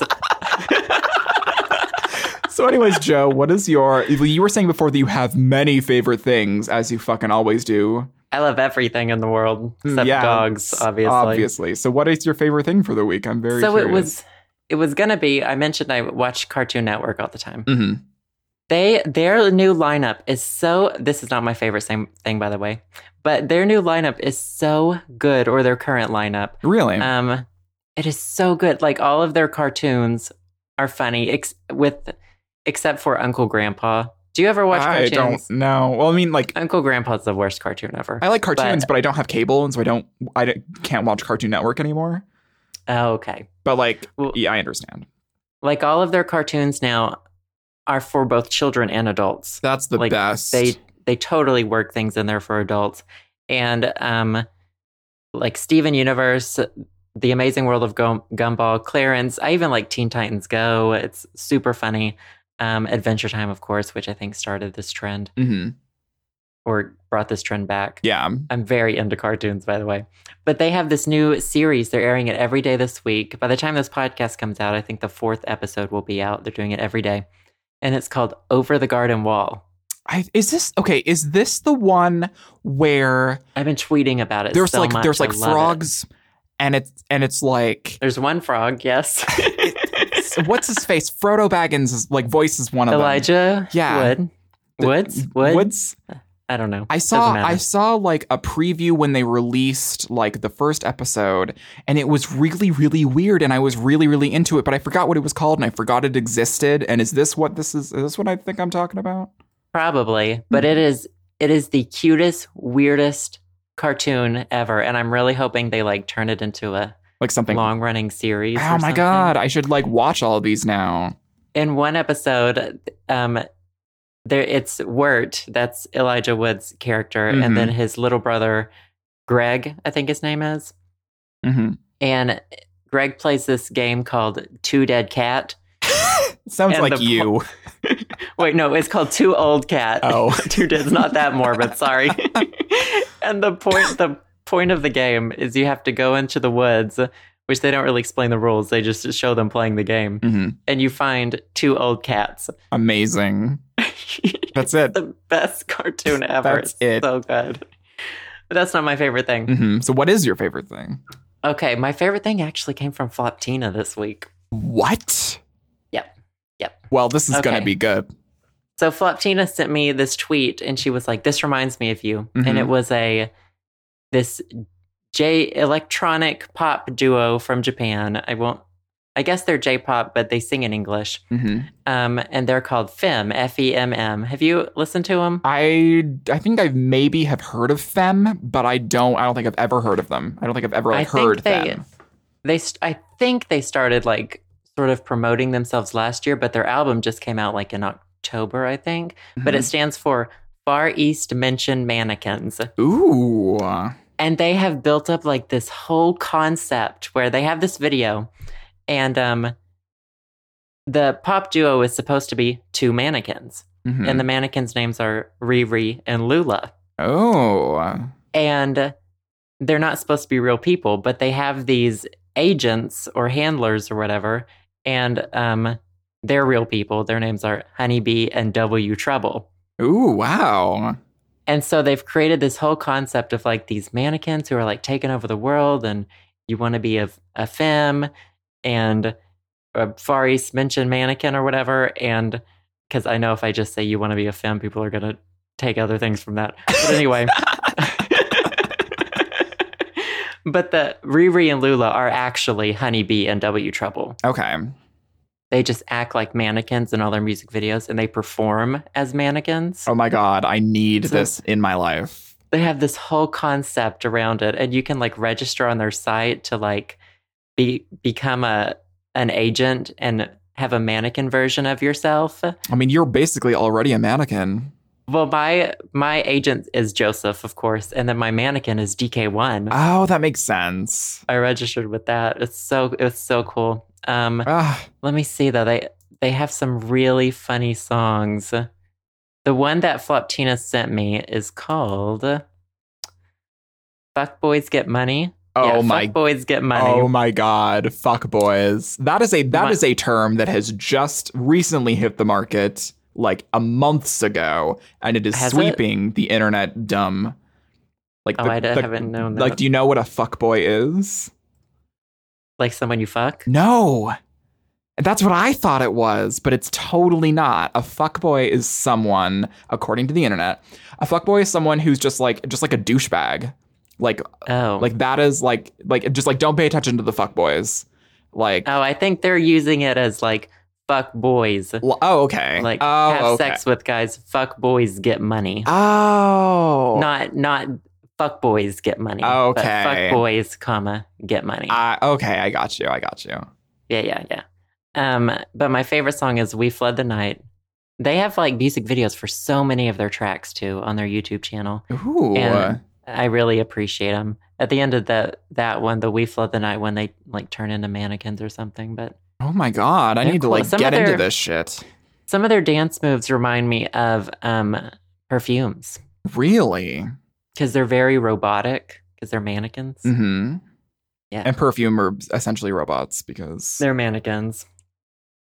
Speaker 2: So, anyways, Joe, what is your? You were saying before that you have many favorite things, as you fucking always do. Hmm,
Speaker 1: I love everything in the world except
Speaker 2: Yeah,
Speaker 1: dogs, obviously.
Speaker 2: Obviously. So, what is your favorite thing for the week? I'm very
Speaker 1: so it
Speaker 2: curious.
Speaker 1: was it was gonna be I mentioned I watch Cartoon Network all the time.
Speaker 2: Mhm.
Speaker 1: They their new lineup is so this is not my favorite same thing by the way, but their new lineup is so good, or their current lineup.
Speaker 2: really
Speaker 1: Um it is so good. Like all of their cartoons are funny, ex- with except for Uncle Grandpa. Do you ever watch
Speaker 2: I
Speaker 1: cartoons?
Speaker 2: don't know. Well, I mean, like
Speaker 1: Uncle Grandpa's the worst cartoon ever.
Speaker 2: I like cartoons, but, I don't have cable, and so I don't. I don't- can't watch Cartoon Network anymore.
Speaker 1: oh, okay.
Speaker 2: But like,
Speaker 1: Well-
Speaker 2: yeah, I understand.
Speaker 1: like all of their cartoons now are for both children and adults.
Speaker 2: That's the
Speaker 1: Like,
Speaker 2: best.
Speaker 1: They they totally work things in there for adults. And um like Steven Universe, The Amazing World of Gum- Gumball, Clarence, I even like Teen Titans Go. It's super funny. Um Adventure Time of course, which I think started this trend
Speaker 2: Mhm.
Speaker 1: or brought this trend back.
Speaker 2: Yeah.
Speaker 1: I'm very into cartoons, by the way. But they have this new series. They're airing it every day this week. By the time this podcast comes out, I think the fourth episode will be out. They're doing it every day. And it's called Over the Garden Wall.
Speaker 2: I, is this okay? Is this the one where
Speaker 1: I've been tweeting about it.
Speaker 2: there's
Speaker 1: so
Speaker 2: like
Speaker 1: much.
Speaker 2: there's
Speaker 1: I
Speaker 2: like
Speaker 1: love it.
Speaker 2: frogs, and it's and it's like
Speaker 1: There's one frog, yes.
Speaker 2: what's his face? Frodo Baggins is like voices one of
Speaker 1: Elijah
Speaker 2: Yeah.
Speaker 1: Wood. Woods?
Speaker 2: them.
Speaker 1: Wood?
Speaker 2: Woods.
Speaker 1: I don't know.
Speaker 2: I saw
Speaker 1: Doesn't matter.
Speaker 2: I saw like a preview when they released like the first episode, and it was really really weird, and I was really really into it, but I forgot what it was called, and I forgot it existed. And is this what this is? Is this what I think I'm talking about? Hmm.
Speaker 1: Probably, but it is it is the cutest, weirdest cartoon ever. And I'm really hoping they like turn it into a
Speaker 2: Like something.
Speaker 1: long running series. or
Speaker 2: oh my
Speaker 1: something.
Speaker 2: god! I should like watch all of these now.
Speaker 1: in one episode, um, there it's Wirt, that's Elijah Wood's character,
Speaker 2: Mhm.
Speaker 1: and then his little brother Greg, I think his name is,
Speaker 2: hmm
Speaker 1: and Greg plays this game called Two Dead Cat,
Speaker 2: Sounds
Speaker 1: And
Speaker 2: like
Speaker 1: the
Speaker 2: you.
Speaker 1: Wait, no, it's called Too Old Cat.
Speaker 2: Oh.
Speaker 1: Too it's not that morbid, sorry. and the point the point of the game is you have to go into the woods, which they don't really explain the rules, they just show them playing the game.
Speaker 2: Mhm.
Speaker 1: And you find two old cats.
Speaker 2: Amazing. That's it.
Speaker 1: the best cartoon ever.
Speaker 2: That's
Speaker 1: It's
Speaker 2: it.
Speaker 1: So good. But that's not my favorite thing.
Speaker 2: hmm So, what is your favorite thing?
Speaker 1: Okay, my favorite thing actually came from Floptina this week.
Speaker 2: What?
Speaker 1: Yep. Yep.
Speaker 2: Well, this is going
Speaker 1: Okay.
Speaker 2: to be good.
Speaker 1: So Floptina sent me this tweet and she was like, This reminds me of you. And
Speaker 2: Mhm.
Speaker 1: it was a this J electronic pop duo from Japan. I won't I guess they're J pop, but they sing in English.
Speaker 2: hmm
Speaker 1: Um, and they're called Fem, F E M M. Have you listened to them?
Speaker 2: I I think I maybe have heard of them, but I don't. I don't think I've ever heard of them. I don't think I've ever
Speaker 1: I
Speaker 2: like,
Speaker 1: think
Speaker 2: heard
Speaker 1: they-
Speaker 2: them.
Speaker 1: They, st- I think they started like sort of promoting themselves last year, but their album just came out like in October, I think. But
Speaker 2: Mm-hmm.
Speaker 1: it stands for Far East Mention Mannequins.
Speaker 2: Mm-hmm. ooh, Mm-hmm.
Speaker 1: and they have built up like this whole concept where they have this video and um the pop duo is supposed to be two mannequins
Speaker 2: Mhm.
Speaker 1: and the mannequins names are Riri and Lula
Speaker 2: oh,
Speaker 1: and they're not supposed to be real people but they have these agents or handlers or whatever and um they're real people their names are Honeybee and W Trouble
Speaker 2: ooh, wow.
Speaker 1: And so they've created this whole concept of like these mannequins who are like taking over the world, and you want to be a, a femme and a Far East mentioned mannequin or whatever. And because I know if I just say you want to be a femme, people are going to take other things from that. But anyway. but the Riri and Lula are actually Honeybee and W Trouble.
Speaker 2: Okay.
Speaker 1: They just act like mannequins in all their music videos and they perform as mannequins.
Speaker 2: Oh my god, I need
Speaker 1: So-
Speaker 2: this in my life.
Speaker 1: they have this whole concept around it and you can like register on their site to like be become a an agent and have a mannequin version of yourself
Speaker 2: I mean, you're basically already a mannequin.
Speaker 1: well my my agent is joseph of course and then my mannequin is dk1
Speaker 2: Oh, that makes sense.
Speaker 1: i registered with that it's so it's so cool um
Speaker 2: Ah,
Speaker 1: let me see though they they have some really funny songs the one that floptina sent me is called fuck boys get money
Speaker 2: oh
Speaker 1: yeah,
Speaker 2: my
Speaker 1: boys get money.
Speaker 2: Oh my god, fuck boys. That is a that
Speaker 1: My-
Speaker 2: is a term that has just recently hit the market like a months ago and it is
Speaker 1: Has it?
Speaker 2: sweeping the internet dumb. Like
Speaker 1: Oh,
Speaker 2: the-
Speaker 1: I d-
Speaker 2: the-
Speaker 1: haven't known that.
Speaker 2: Like do you know what a fuck boy is?
Speaker 1: like someone you fuck.
Speaker 2: No. That's what I thought it was, but it's totally not. A fuckboy is someone, according to the internet, a fuckboy is someone who's just like just like a douchebag. Like
Speaker 1: Oh,
Speaker 2: like that is like like just like don't pay attention to the fuckboys. Like
Speaker 1: oh, I think they're using it as like fuck boys,
Speaker 2: L- Oh, okay.
Speaker 1: like
Speaker 2: oh,
Speaker 1: have
Speaker 2: okay.
Speaker 1: sex with guys. Fuck boys get money.
Speaker 2: Oh,
Speaker 1: Not not fuck boys get money. but
Speaker 2: Okay. Ah.
Speaker 1: fuck boys, comma get money.
Speaker 2: I- okay. I got you. I got you.
Speaker 1: yeah, yeah, yeah. Um, but my favorite song is "We Flood the Night." They have like music videos for so many of their tracks too on their YouTube channel.
Speaker 2: Ooh,
Speaker 1: And- I really appreciate them. At the end of the that one, the "We Flood the Night" when they like turn into mannequins or something, but.
Speaker 2: oh my god! I
Speaker 1: They're
Speaker 2: need to
Speaker 1: cool.
Speaker 2: like
Speaker 1: Some
Speaker 2: get
Speaker 1: other-
Speaker 2: into this shit.
Speaker 1: Some of their dance moves remind me of um, perfumes
Speaker 2: Really?
Speaker 1: because they're very robotic because they're mannequins.
Speaker 2: Mm-hmm.
Speaker 1: Yeah.
Speaker 2: And perfume are essentially robots because
Speaker 1: They're mannequins.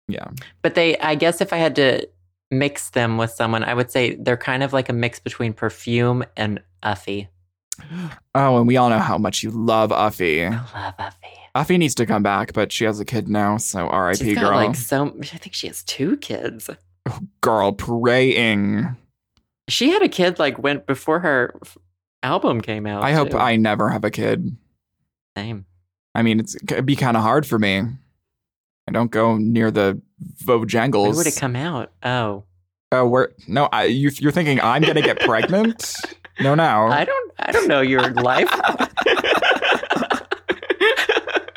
Speaker 2: Yeah.
Speaker 1: But they, I guess if I had to mix them with someone, I would say they're kind of like a mix between perfume and Uffy.
Speaker 2: oh, and we all know how much you love Uffy.
Speaker 1: I love Uffy.
Speaker 2: Uffy needs to come back, but she has a kid now, so R.I.P.
Speaker 1: She's got
Speaker 2: Girl.
Speaker 1: like so, I think she has two kids.
Speaker 2: girl praying.
Speaker 1: She had a kid like went before her f- album came out.
Speaker 2: I hope
Speaker 1: Oh, too.
Speaker 2: I never have a kid.
Speaker 1: Same.
Speaker 2: I mean, it's, it'd be kind of hard for me. I don't go near the
Speaker 1: Where
Speaker 2: Vojangles.
Speaker 1: would it come out? Oh.
Speaker 2: Oh, we're no. I, you, you're thinking I'm gonna get pregnant? No, no.
Speaker 1: I don't I don't know your life.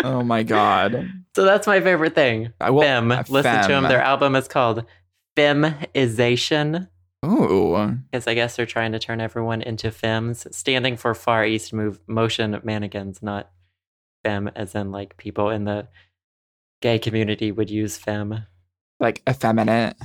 Speaker 2: oh my god.
Speaker 1: so that's my favorite thing.
Speaker 2: I will.
Speaker 1: Fem. Listen to
Speaker 2: Femme.
Speaker 1: them. Their album is called Femization.
Speaker 2: Ooh.
Speaker 1: Because I guess they're trying to turn everyone into femmes, standing for Far East Move Motion Mannequins, not femme as in like people in the gay community would use femme.
Speaker 2: like effeminate.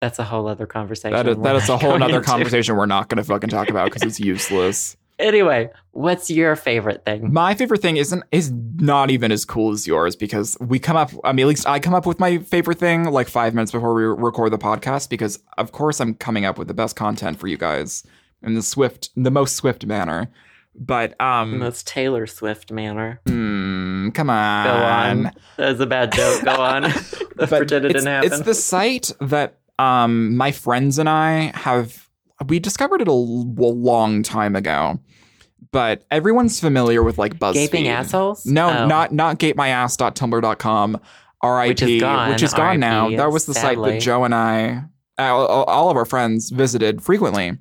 Speaker 1: That's a whole other conversation.
Speaker 2: That is,
Speaker 1: we're
Speaker 2: that is a
Speaker 1: not
Speaker 2: whole
Speaker 1: going
Speaker 2: nother
Speaker 1: into.
Speaker 2: conversation we're not going to fucking talk about because it's useless.
Speaker 1: Anyway, what's your favorite thing?
Speaker 2: My favorite thing isn't is not even as cool as yours because we come up. I mean, at least I come up with my favorite thing like five minutes before we record the podcast because, of course, I'm coming up with the best content for you guys in the swift, the most swift manner. But um,
Speaker 1: Most Taylor Swift manner.
Speaker 2: mm, come
Speaker 1: Go on. That was a bad joke. Go on. Pretend it
Speaker 2: it's,
Speaker 1: didn't happen.
Speaker 2: It's the site that um, my friends and I have. We discovered it a, l- a long time ago, but everyone's familiar with like BuzzFeed.
Speaker 1: Gaping assholes?
Speaker 2: No,
Speaker 1: Oh,
Speaker 2: not not gatemyass.tumblr.com. R.I.P.
Speaker 1: Which is gone,
Speaker 2: which is gone now.
Speaker 1: RIP,
Speaker 2: That was the site
Speaker 1: sadly.
Speaker 2: that Joe and I, uh, all, all of our friends, visited frequently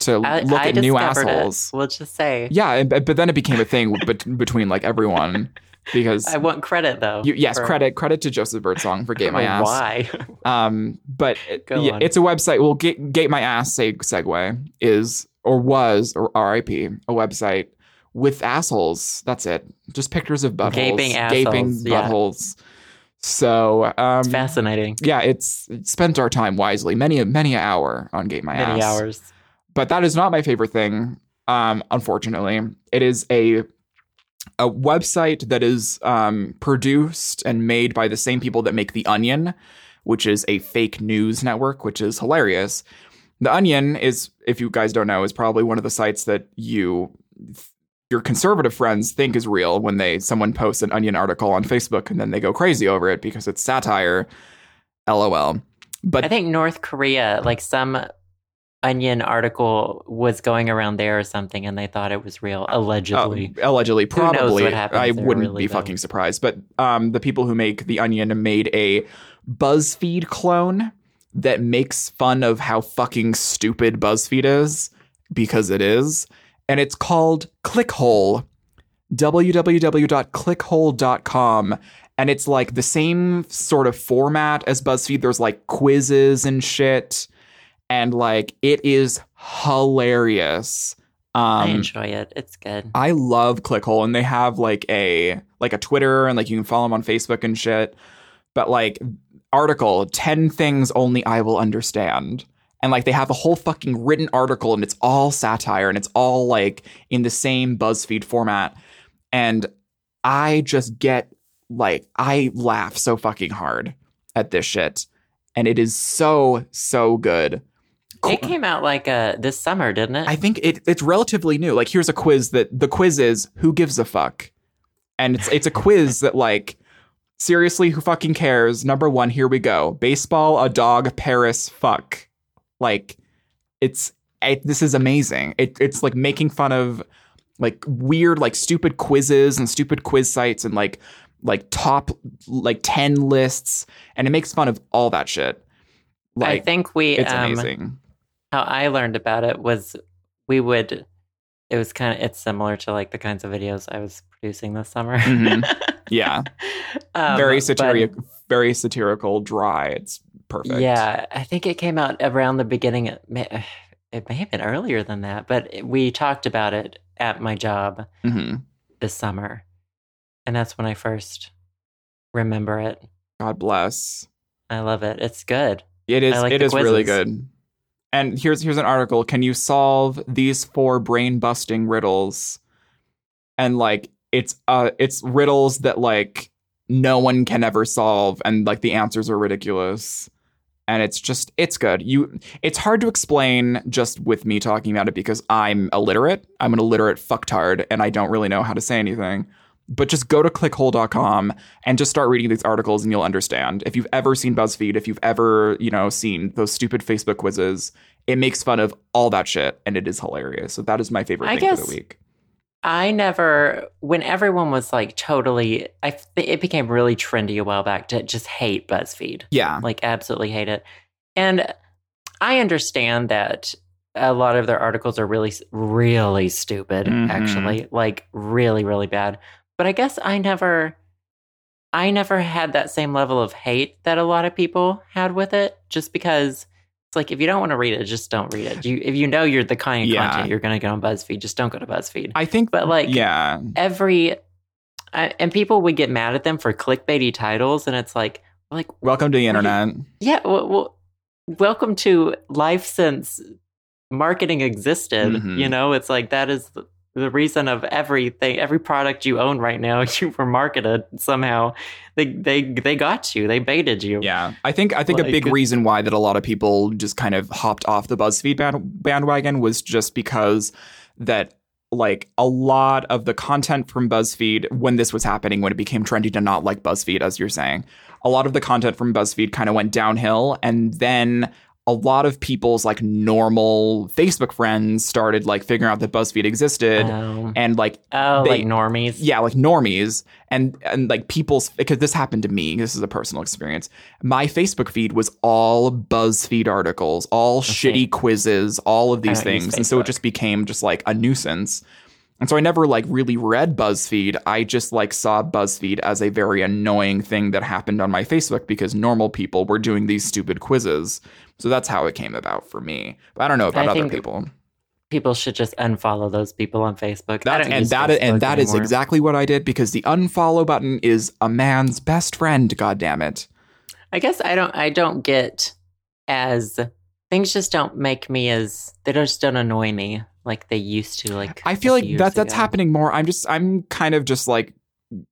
Speaker 2: to
Speaker 1: I,
Speaker 2: look
Speaker 1: I
Speaker 2: at new
Speaker 1: discovered it.
Speaker 2: assholes.
Speaker 1: We'll just say.
Speaker 2: Yeah, and- but but then it became a thing bet- between like everyone because
Speaker 1: I want credit though.
Speaker 2: you, yes,
Speaker 1: for-
Speaker 2: credit credit to Joseph Birdsong for Gate My Ass.
Speaker 1: Why?
Speaker 2: Um, but it-
Speaker 1: Go
Speaker 2: yeah,
Speaker 1: on.
Speaker 2: it's a website. Well, Gate, Gate My Ass seg- segue is or was or RIP a website with assholes. That's it. Just pictures of buttholes,
Speaker 1: Gaping
Speaker 2: gaping
Speaker 1: assholes, yeah.
Speaker 2: buttholes. So um,
Speaker 1: It's fascinating.
Speaker 2: yeah, it's spent our time wisely. Many a many a hour on Gate My
Speaker 1: Many
Speaker 2: Ass.
Speaker 1: hours.
Speaker 2: But that is not my favorite thing. Um, unfortunately, it is a a website that is um, produced and made by the same people that make The Onion, which is a fake news network, which is hilarious. The Onion is, if you guys don't know, is probably one of the sites that you your conservative friends think is real when they someone posts an Onion article on Facebook and then they go crazy over it because it's satire. LOL. But
Speaker 1: I think North Korea, like some Onion article was going around there or something, and they thought it was real, allegedly.
Speaker 2: Uh, allegedly,
Speaker 1: Who knows
Speaker 2: probably.
Speaker 1: what happens
Speaker 2: I
Speaker 1: there,
Speaker 2: wouldn't
Speaker 1: really,
Speaker 2: be
Speaker 1: though.
Speaker 2: fucking surprised. But um, the people who make The Onion made a BuzzFeed clone that makes fun of how fucking stupid BuzzFeed is because it is, and it's called Clickhole. www.clickhole.com. And it's like the same sort of format as BuzzFeed. There's like quizzes and shit. And like it is hilarious. Um,
Speaker 1: I enjoy it. It's good.
Speaker 2: I love Clickhole, and they have like a like a Twitter, and like you can follow them on Facebook and shit. But like article ten things only I will understand, and like they have a whole fucking written article, and it's all satire, and it's all like in the same BuzzFeed format, and I just get like I laugh so fucking hard at this shit, and it is so so good.
Speaker 1: It came out like uh, this summer, didn't it?
Speaker 2: I think it, it's relatively new. Like, here's a quiz that the quiz is who gives a fuck, and it's it's a quiz that like seriously, who fucking cares? Number one, here we go. Baseball, a dog, Paris, fuck. Like, it's it, this is amazing. It, it's like making fun of like weird, like stupid quizzes and stupid quiz sites and like like top like ten lists, and it makes fun of all that shit. Like,
Speaker 1: I think we
Speaker 2: it's
Speaker 1: um,
Speaker 2: amazing.
Speaker 1: how I learned about it was we would it was kind of it's similar to like the kinds of videos I was producing this summer.
Speaker 2: Mhm. Yeah.
Speaker 1: Um,
Speaker 2: very
Speaker 1: but-
Speaker 2: satiric, very satirical, dry. It's perfect.
Speaker 1: Yeah, I think it came out around the beginning. It may, it may have been earlier than that, but it- we talked about it at my job
Speaker 2: Mhm.
Speaker 1: this summer, and that's when I first remember it.
Speaker 2: God bless.
Speaker 1: I love it. It's good.
Speaker 2: It
Speaker 1: I
Speaker 2: is.
Speaker 1: like
Speaker 2: it
Speaker 1: the
Speaker 2: is really
Speaker 1: quizzes.
Speaker 2: good. And here's here's an article. Can you solve these four brain busting riddles? And like it's uh it's riddles that like no one can ever solve, and like the answers are ridiculous. And it's just it's good. You it's hard to explain just with me talking about it because I'm illiterate. I'm an illiterate fucktard, and I don't really know how to say anything. but just go to clickhole.com and just start reading these articles and you'll understand. If you've ever seen BuzzFeed, if you've ever, you know, seen those stupid Facebook quizzes, it makes fun of all that shit and it is hilarious. So that is my favorite
Speaker 1: I
Speaker 2: thing for
Speaker 1: guess-
Speaker 2: the week.
Speaker 1: I never, when everyone was like totally, I f- it became really trendy a while back to just hate BuzzFeed.
Speaker 2: Yeah.
Speaker 1: like absolutely hate it and i understand that a lot of their articles are really really stupid
Speaker 2: Mhm.
Speaker 1: actually like really really bad but i guess i never i never had that same level of hate that a lot of people had with it just because it's like if you don't want to read it just don't read it you if you know you're the kind of
Speaker 2: Yeah.
Speaker 1: content you're going to get on buzzfeed just don't go to buzzfeed
Speaker 2: I think
Speaker 1: but like
Speaker 2: yeah.
Speaker 1: every I, and people would get mad at them for clickbaity titles and it's like Like,
Speaker 2: Welcome to the
Speaker 1: What do you-
Speaker 2: internet.
Speaker 1: yeah, well, well, welcome to life since marketing existed.
Speaker 2: Mhm.
Speaker 1: You know, it's like that is the, the reason of everything. Every product you own right now, you were marketed somehow. They they they got you. They baited you.
Speaker 2: Yeah, I think I think a
Speaker 1: Like-
Speaker 2: big reason why that a lot of people just kind of hopped off the BuzzFeed band- bandwagon was just because that like a lot of the content from BuzzFeed when this was happening when it became trendy to not like BuzzFeed as you're saying, a lot of the content from BuzzFeed kind of went downhill and then a lot of people's like normal Facebook friends started like figuring out that BuzzFeed existed
Speaker 1: Um,
Speaker 2: and like
Speaker 1: oh,
Speaker 2: they-
Speaker 1: like normies.
Speaker 2: yeah like normies and and like people's because this happened to me this is a personal experience my facebook feed was all buzzfeed articles all shitty quizzes all of these
Speaker 1: don't use
Speaker 2: things and so it
Speaker 1: Facebook.
Speaker 2: just became just like a nuisance and so i never like really read buzzfeed i just like saw buzzfeed as a very annoying thing that happened on my facebook because normal people were doing these stupid quizzes so that's how it came about for me but i don't know about
Speaker 1: I
Speaker 2: other
Speaker 1: think
Speaker 2: people
Speaker 1: People should just unfollow those people on Facebook. I
Speaker 2: that's,
Speaker 1: don't
Speaker 2: and
Speaker 1: use
Speaker 2: that and
Speaker 1: Facebook
Speaker 2: that is
Speaker 1: anymore.
Speaker 2: exactly what I did because the unfollow button is a man's best friend. God damn it!
Speaker 1: I guess I don't I don't get as things just don't make me as they just don't annoy me like they used to like
Speaker 2: I feel
Speaker 1: a
Speaker 2: like
Speaker 1: few
Speaker 2: that
Speaker 1: years
Speaker 2: that's
Speaker 1: ago.
Speaker 2: happening more. I'm just I'm kind of just like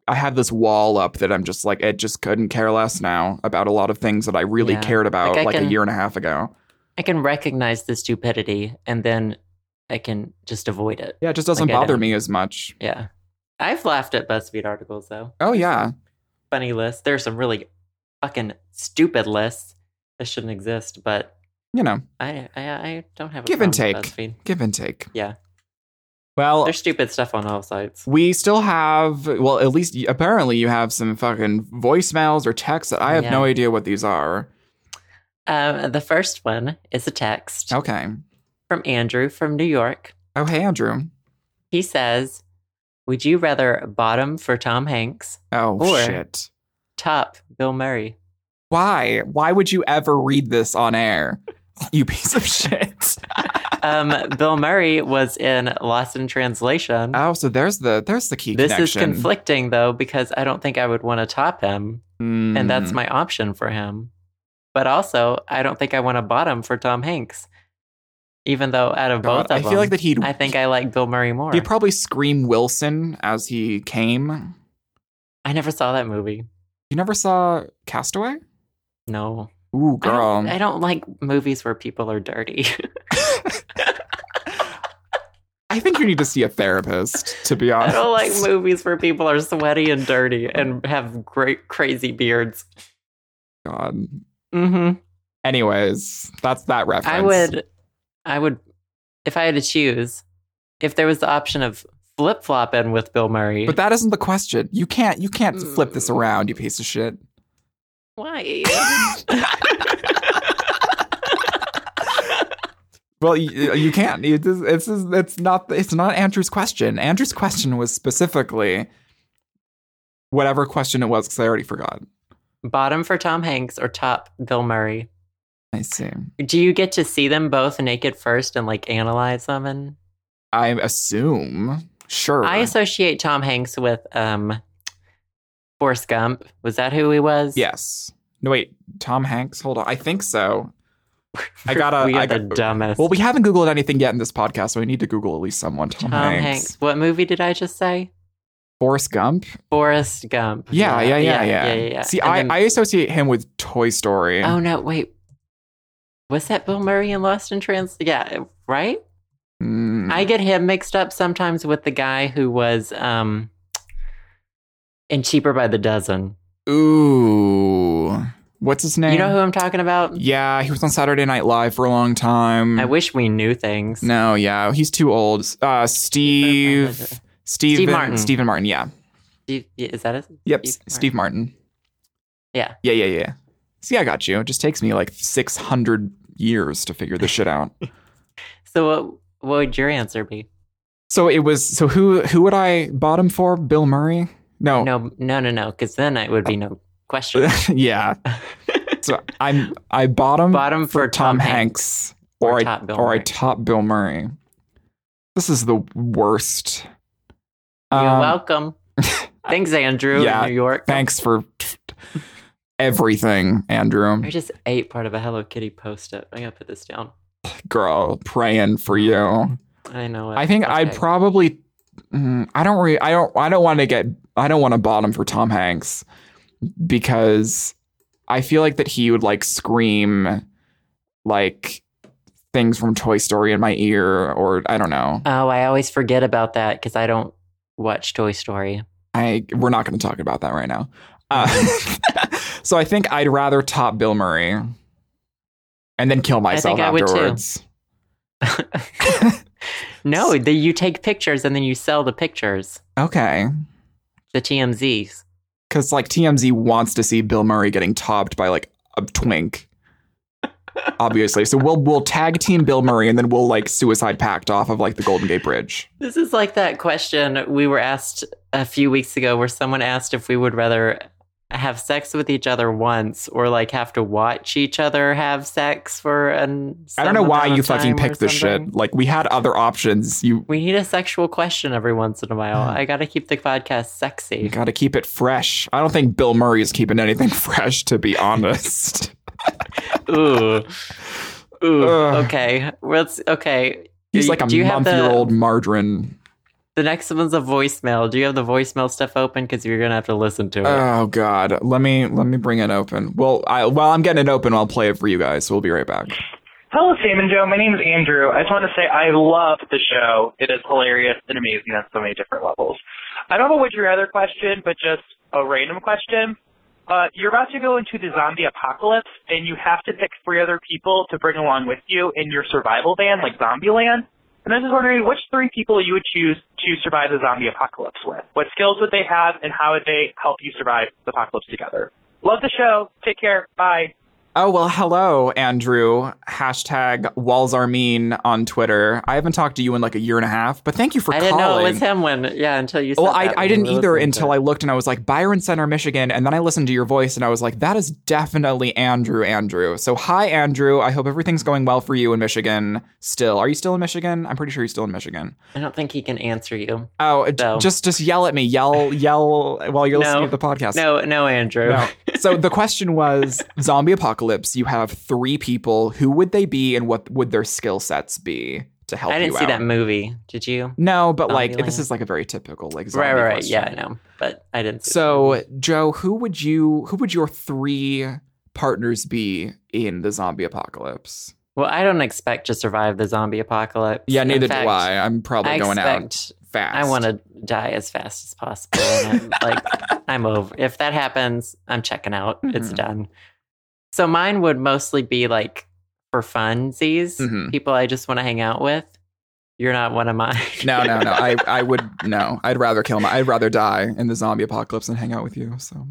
Speaker 2: I have this wall up that I'm just like it just couldn't care less now about a lot of things that I really
Speaker 1: Yeah.
Speaker 2: cared about
Speaker 1: Like, I
Speaker 2: like, a
Speaker 1: can-
Speaker 2: year and a half ago.
Speaker 1: I can recognize the stupidity and then I can just avoid it.
Speaker 2: Yeah, it just doesn't
Speaker 1: Like, I
Speaker 2: bother
Speaker 1: don't-
Speaker 2: me as much.
Speaker 1: Yeah. I've laughed at BuzzFeed articles though.
Speaker 2: Oh yeah,
Speaker 1: Funny lists. There's some really fucking stupid lists that shouldn't exist, but
Speaker 2: you know,
Speaker 1: I I, I don't have a
Speaker 2: Give and
Speaker 1: problem
Speaker 2: take.
Speaker 1: with BuzzFeed.
Speaker 2: give and take.
Speaker 1: Yeah.
Speaker 2: Well,
Speaker 1: There's stupid stuff on all sides.
Speaker 2: We still have, well, at least y- apparently you have some fucking voicemails or texts that I have
Speaker 1: Yeah.
Speaker 2: no idea what these are.
Speaker 1: Um, the first one is a text
Speaker 2: Okay.
Speaker 1: from Andrew from New York.
Speaker 2: Oh, hey, Andrew.
Speaker 1: He says, Would you rather bottom for Tom Hanks,
Speaker 2: Oh
Speaker 1: Or-
Speaker 2: shit.
Speaker 1: top Bill Murray?
Speaker 2: Why? Why would you ever read this on air? You piece of shit.
Speaker 1: Um, Bill Murray was in Lost in Translation.
Speaker 2: Oh, so there's the there's the key
Speaker 1: this
Speaker 2: connection.
Speaker 1: is conflicting though, because I don't think I would want to top him,
Speaker 2: Mm.
Speaker 1: and that's my option for him. But also, I don't think I want to bottom for Tom Hanks, even though out of
Speaker 2: God,
Speaker 1: both of
Speaker 2: I feel
Speaker 1: them,
Speaker 2: like that he'd
Speaker 1: I think I like Bill Murray more.
Speaker 2: he'd probably scream Wilson as he came.
Speaker 1: I never saw that movie.
Speaker 2: You never saw Castaway?
Speaker 1: No,
Speaker 2: Ooh,
Speaker 1: I
Speaker 2: girl.
Speaker 1: don't, I don't like movies where people are dirty.
Speaker 2: I think you need to see a therapist, to be
Speaker 1: I
Speaker 2: honest.
Speaker 1: don't like movies where people are sweaty and dirty and have great crazy beards.
Speaker 2: God.
Speaker 1: hmm
Speaker 2: Anyways, that's that reference.
Speaker 1: I would, I would, if I had to choose, if there was the option of flip flopping with Bill Murray,
Speaker 2: But that isn't the question. You can't you can't
Speaker 1: Mm.
Speaker 2: flip this around, you piece of shit.
Speaker 1: why?
Speaker 2: Well, you, you can't. It's, it's it's not it's not Andrew's question. Andrew's question was specifically whatever question it was because I already forgot.
Speaker 1: Bottom for Tom Hanks or top Bill Murray?
Speaker 2: I see.
Speaker 1: Do you get to see them both naked first and like analyze them? And
Speaker 2: I assume. Sure.
Speaker 1: I associate Tom Hanks with um, Forrest Gump. Was that who he was?
Speaker 2: yes. No, wait. Tom Hanks. Hold on. I think so. I gotta-
Speaker 1: We are
Speaker 2: I got-
Speaker 1: the dumbest.
Speaker 2: Well, we haven't googled anything yet in this podcast, so we need to Google at least someone. Tom,
Speaker 1: Tom Hanks. What movie did I just say?
Speaker 2: Forrest Gump.
Speaker 1: Forrest Gump.
Speaker 2: Yeah, yeah, yeah, yeah.
Speaker 1: yeah.
Speaker 2: See,
Speaker 1: And
Speaker 2: I,
Speaker 1: then-
Speaker 2: I associate him with Toy Story.
Speaker 1: Oh no, wait. Was that Bill Murray in Lost in Trans? Yeah, right.
Speaker 2: Mm.
Speaker 1: I get him mixed up sometimes with the guy who was um in Cheaper by the Dozen.
Speaker 2: Ooh. What's his name?
Speaker 1: You know who I'm talking about?
Speaker 2: Yeah, he was on Saturday Night Live for a long time.
Speaker 1: I wish we knew things.
Speaker 2: Mm-hmm. No, yeah, he's too old. Uh, Steve, Steven,
Speaker 1: Martin.
Speaker 2: Stephen Martin. Yeah.
Speaker 1: Do you- Is that it?
Speaker 2: Yep.
Speaker 1: Steve
Speaker 2: S- Steve Martin.
Speaker 1: Yeah.
Speaker 2: Yeah, yeah, yeah. See, I got you. It just takes me like six hundred years to figure this shit out.
Speaker 1: So what? What would your answer be?
Speaker 2: so it was. So who who would I bottom for? Bill Murray? No.
Speaker 1: No, no, no, no. Because then it would be no question.
Speaker 2: yeah. So I'm I bottom
Speaker 1: Bottom for Tom
Speaker 2: Hanks,
Speaker 1: or
Speaker 2: or I
Speaker 1: top Bill
Speaker 2: or I
Speaker 1: Murray.
Speaker 2: top Bill Murray. This is the worst.
Speaker 1: You're
Speaker 2: Um,
Speaker 1: welcome. Thanks, Andrew. in
Speaker 2: yeah,
Speaker 1: New York.
Speaker 2: Thanks for everything, Andrew.
Speaker 1: I just ate part of a Hello Kitty post-it. I gotta put this down.
Speaker 2: Girl, praying for you.
Speaker 1: I know. it.
Speaker 2: I think I
Speaker 1: Okay.
Speaker 2: probably. mm, I don't. Re- I don't. I don't want to get. I don't want to bottom for Tom Hanks because I feel like that he would like scream like things from Toy Story in my ear, or I don't know.
Speaker 1: Oh, I always forget about that because I don't watch Toy Story.
Speaker 2: I we're not going to talk about that right now. Uh, so I think I'd rather top Bill Murray and then kill myself
Speaker 1: think I would too.
Speaker 2: afterwards.
Speaker 1: No, the, you take pictures and then you sell the pictures.
Speaker 2: Okay,
Speaker 1: The TMZs.
Speaker 2: because like TMZ wants to see Bill Murray getting topped by like a twink. Obviously, so we'll we'll tag team Bill Murray and then we'll like suicide pact off of like the Golden Gate Bridge.
Speaker 1: This is like that question we were asked a few weeks ago where someone asked if we would rather have sex with each other once or like have to watch each other have sex for an
Speaker 2: I
Speaker 1: some
Speaker 2: don't know why
Speaker 1: amount of
Speaker 2: you fucking
Speaker 1: time or
Speaker 2: picked this
Speaker 1: something.
Speaker 2: shit. Like we had other options. You
Speaker 1: We need a sexual question every once in a while. I gotta keep the podcast
Speaker 2: You
Speaker 1: sexy.
Speaker 2: gotta keep it fresh. I don't think Bill Murray is keeping anything fresh, to be honest.
Speaker 1: Ooh. Ooh.
Speaker 2: Ugh.
Speaker 1: Okay. Let's okay.
Speaker 2: He's like a
Speaker 1: Do you have
Speaker 2: month
Speaker 1: the-
Speaker 2: year old margarine.
Speaker 1: The next one's a voicemail. Do you have the voicemail stuff open? Because you're gonna have to listen to it.
Speaker 2: Oh god. Let me let me bring it open. Well, I while I'm getting it open, I'll play it for you guys. We'll be right back.
Speaker 3: Hello, Sam and Joe. My name is Andrew. I just want to say I love the show. It is hilarious and amazing on so many different levels. I don't know what your other question, but just a random question. Uh, you're about to go into the zombie apocalypse, and you have to pick three other people to bring along with you in your survival van, like Zombieland. And I was just wondering which three people you would choose to survive the zombie apocalypse with. What skills would they have, and how would they help you survive the apocalypse together? Love the show. Take care. Bye.
Speaker 2: Oh well, hello, Andrew. Hashtag walls are mean on Twitter. I haven't talked to you in like a year and a half, but thank you for
Speaker 1: I
Speaker 2: calling.
Speaker 1: didn't know it was him when yeah until you. Said
Speaker 2: Well, I, I didn't either until I looked and I was like Byron Center, Michigan, and then I listened to your voice and I was like, that is definitely Andrew, Andrew. So hi, Andrew. I hope everything's going well for you in Michigan. Still, are you still in Michigan? I'm pretty sure you're still in Michigan.
Speaker 1: I don't think he can answer you.
Speaker 2: Oh, j-
Speaker 1: No.
Speaker 2: just just yell at me, yell yell while you're listening
Speaker 1: No.
Speaker 2: to the podcast.
Speaker 1: No, no, Andrew.
Speaker 2: No. So the question was zombie apocalypse. You have three people. Who would they be, and what would their skill sets be to help
Speaker 1: I
Speaker 2: you
Speaker 1: didn't see
Speaker 2: out?
Speaker 1: that movie. Did you?
Speaker 2: No, but like
Speaker 1: Zombieland.
Speaker 2: this is like a very typical like zombie
Speaker 1: Right, right, right.
Speaker 2: question.
Speaker 1: Yeah, I know, but I didn't. See
Speaker 2: So, Joe, who would you who would your three partners be in the zombie apocalypse?
Speaker 1: Well, I don't expect to survive the zombie apocalypse.
Speaker 2: Yeah,
Speaker 1: In
Speaker 2: neither
Speaker 1: fact,
Speaker 2: do I. I'm probably
Speaker 1: I
Speaker 2: going out
Speaker 1: expect
Speaker 2: fast.
Speaker 1: I want to die as fast as possible. And I'm, like I'm over. If that happens, I'm checking out. It's
Speaker 2: Mhm.
Speaker 1: done. So mine would mostly be like for funsies,
Speaker 2: Mhm.
Speaker 1: people I just want to hang out with. You're not one of mine.
Speaker 2: No, no, no. I, I would no. I'd rather kill my. I'd rather die in the zombie apocalypse than hang out with you. So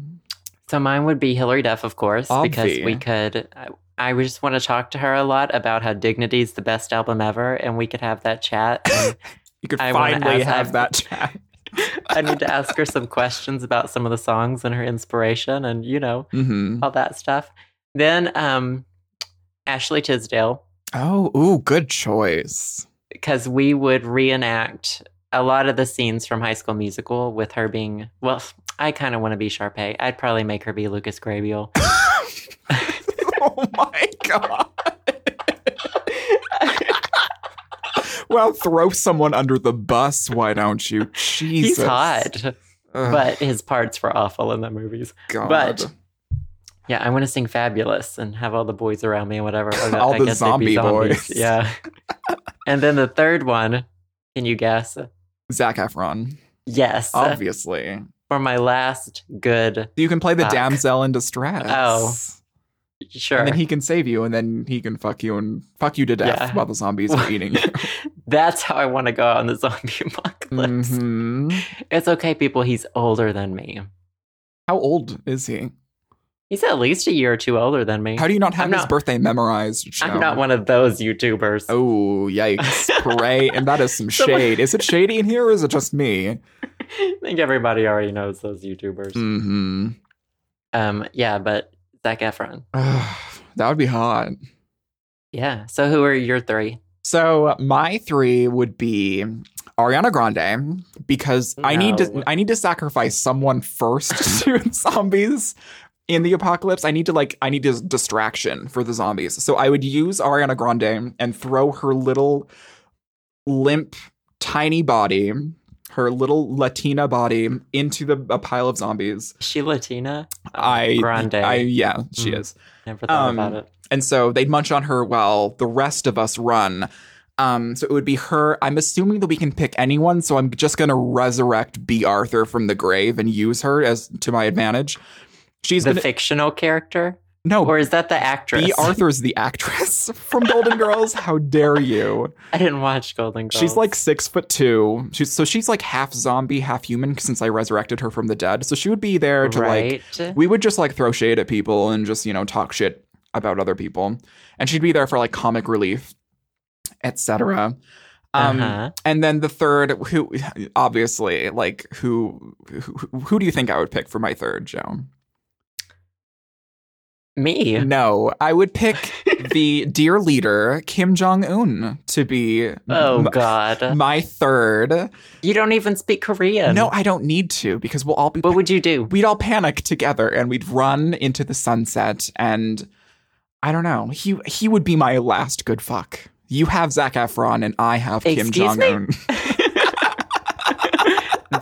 Speaker 1: So mine would be Hillary Duff, of course, because
Speaker 2: Obvi.
Speaker 1: we could. I, I would just want to talk to her a lot about how Dignity is the best album ever, and we could have that chat. And
Speaker 2: you could
Speaker 1: I wanna
Speaker 2: finally
Speaker 1: ask-
Speaker 2: have
Speaker 1: I've-
Speaker 2: that chat.
Speaker 1: I need to ask her some questions about some of the songs and her inspiration, and you know
Speaker 2: hmm
Speaker 1: all that stuff. Then um, Ashley Tisdale,
Speaker 2: Oh, ooh, good choice.
Speaker 1: because we would reenact a lot of the scenes from High School Musical with her being, well, I kind of want to be Sharpay. I'd probably make her be Lucas Grabeel.
Speaker 2: oh my god. well, throw someone under the bus, why don't you? Jesus.
Speaker 1: He's
Speaker 2: uh.
Speaker 1: hot,
Speaker 2: Ugh,
Speaker 1: but his parts were awful in the movies.
Speaker 2: God.
Speaker 1: but- Yeah, I want to sing Fabulous and have all the boys around me and whatever. Or
Speaker 2: All
Speaker 1: I
Speaker 2: the
Speaker 1: guess they'd
Speaker 2: zombie
Speaker 1: be zombies.
Speaker 2: boys.
Speaker 1: Yeah. and then the third one, can you guess?
Speaker 2: Zach Efron,
Speaker 1: Yes.
Speaker 2: obviously.
Speaker 1: For my last good,
Speaker 2: You can play the
Speaker 1: Fuck.
Speaker 2: damsel in distress.
Speaker 1: Oh, sure.
Speaker 2: And then he can save you, and then he can fuck you and fuck you to death
Speaker 1: Yeah.
Speaker 2: while the zombies are eating you.
Speaker 1: That's how I want to go out in the zombie apocalypse.
Speaker 2: Mhm.
Speaker 1: It's okay, people. He's older than me.
Speaker 2: How old is he?
Speaker 1: He's at least a year or two older than me.
Speaker 2: How do you not have
Speaker 1: I'm
Speaker 2: his
Speaker 1: not-
Speaker 2: birthday memorized? Joe?
Speaker 1: I'm not one of those YouTubers.
Speaker 2: Oh, yikes. Pray. and that is some
Speaker 1: Someone-
Speaker 2: shade. Is it shady in here or is it just me?
Speaker 1: I think everybody already knows those YouTubers.
Speaker 2: Mm-hmm.
Speaker 1: Um, yeah, but Zach Efron.
Speaker 2: that would be hot.
Speaker 1: Yeah. So who are your three?
Speaker 2: So my three would be Ariana Grande because I need to
Speaker 1: No.
Speaker 2: I need to sacrifice someone first to zombies in the apocalypse, I need to like I need a distraction for the zombies. So I would use Ariana Grande and throw her little limp, tiny body, her little Latina body, into the a pile of zombies.
Speaker 1: Is she Latina? Oh,
Speaker 2: I
Speaker 1: Grande.
Speaker 2: I yeah, she
Speaker 1: Mm.
Speaker 2: is.
Speaker 1: never thought
Speaker 2: um,
Speaker 1: about it.
Speaker 2: And so they'd munch on her while the rest of us run. Um, so it would be her. I'm assuming that we can pick anyone, so I'm just gonna resurrect B. Arthur from the grave and use her as to my advantage. She's
Speaker 1: The
Speaker 2: gonna
Speaker 1: fictional character,
Speaker 2: no
Speaker 1: or is that the actress?
Speaker 2: B. Arthur's the actress from Golden Girls. How dare you?
Speaker 1: I didn't watch Golden Girls.
Speaker 2: She's like six foot two. She's so she's like half zombie, half human since I resurrected her from the dead. So she would be there to like
Speaker 1: right.
Speaker 2: we would just like throw shade at people and just you know talk shit about other people and she'd be there for like comic relief etc um
Speaker 1: Uh-huh.
Speaker 2: and then the third who obviously like who, who who do you think i would pick for my third joe
Speaker 1: Me.
Speaker 2: no i would pick the dear leader kim jong-un to be
Speaker 1: Oh
Speaker 2: m-
Speaker 1: God!
Speaker 2: my third
Speaker 1: You don't even speak Korean.
Speaker 2: no i don't need to because we'll all be
Speaker 1: What would you do?
Speaker 2: we'd all panic together and we'd run into the sunset and I don't know. He he would be my last good fuck. You have Zach Efron and I have Kim
Speaker 1: Excuse
Speaker 2: Jong
Speaker 1: me?
Speaker 2: Un.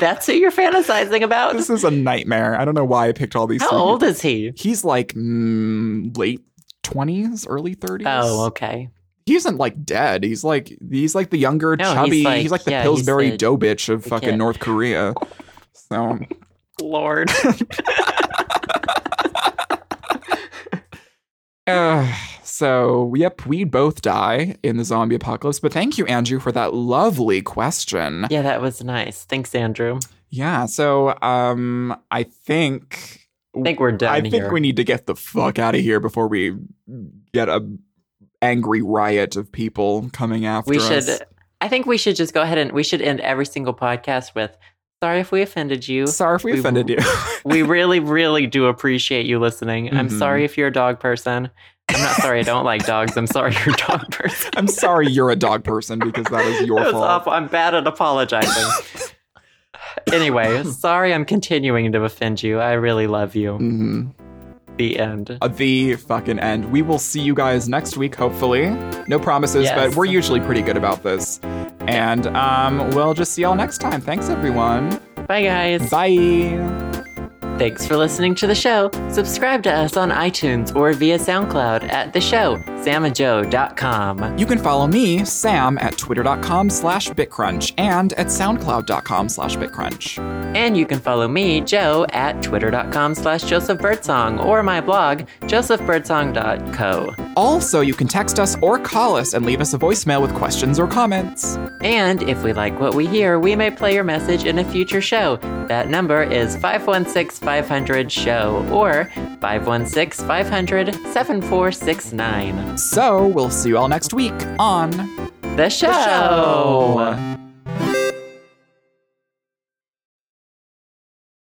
Speaker 1: That's who you're fantasizing about.
Speaker 2: this is a nightmare. I don't know why I picked all these.
Speaker 1: How
Speaker 2: three
Speaker 1: old is he?
Speaker 2: people. He's like mm, late twenties, early thirties.
Speaker 1: Oh, okay.
Speaker 2: he isn't like dead. He's like he's like the younger
Speaker 1: No, he's
Speaker 2: chubby. He's like,
Speaker 1: like-
Speaker 2: the
Speaker 1: yeah, he's
Speaker 2: Pillsbury
Speaker 1: the-
Speaker 2: dough bitch of
Speaker 1: the
Speaker 2: fucking
Speaker 1: kid.
Speaker 2: North Korea. So
Speaker 1: Lord.
Speaker 2: Uh, so, yep, we both die in the zombie apocalypse. But thank you, Andrew, for that lovely question.
Speaker 1: yeah, that was nice. Thanks, Andrew.
Speaker 2: Yeah. So, um, I think
Speaker 1: I think we're done
Speaker 2: I think
Speaker 1: here.
Speaker 2: we need to get the fuck out of here before we get a angry riot of people coming after
Speaker 1: we
Speaker 2: us.
Speaker 1: should. I think we should just go ahead and we should end every single podcast with "Sorry if we offended you."
Speaker 2: Sorry if we,
Speaker 1: we-
Speaker 2: offended you.
Speaker 1: we really, really do appreciate you listening. I'm
Speaker 2: Mhm.
Speaker 1: sorry if you're a dog person. I'm not sorry I don't like dogs. I'm sorry you're a dog person.
Speaker 2: I'm sorry you're a dog person because that is your
Speaker 1: That was
Speaker 2: fault.
Speaker 1: awful. I'm bad at apologizing. anyway, sorry I'm continuing to offend you. I really love you.
Speaker 2: hmm
Speaker 1: The end.
Speaker 2: the fucking end. We will see you guys next week, hopefully. No promises,
Speaker 1: Yes.
Speaker 2: but we're usually pretty good about this. And um, we'll just see y'all next time. Thanks, everyone.
Speaker 1: Bye, guys.
Speaker 2: Bye.
Speaker 1: Thanks for listening to the show. Subscribe to us on iTunes or via SoundCloud at the show, samandjoe.com.
Speaker 2: You can follow me, Sam, at twitter.com slash bitcrunch and at soundcloud.com slash bitcrunch.
Speaker 1: And you can follow me, Joe, at twitter.com slash josephbirdsong or my blog, josephbirdsong.co.
Speaker 2: Also, you can text us or call us and leave us a voicemail with questions or comments.
Speaker 1: And if we like what we hear, we may play your message in a future show. That number is 516 500 SHOW or 516 500 7469.
Speaker 2: So, we'll see you all next week on
Speaker 1: The show!
Speaker 2: The Show.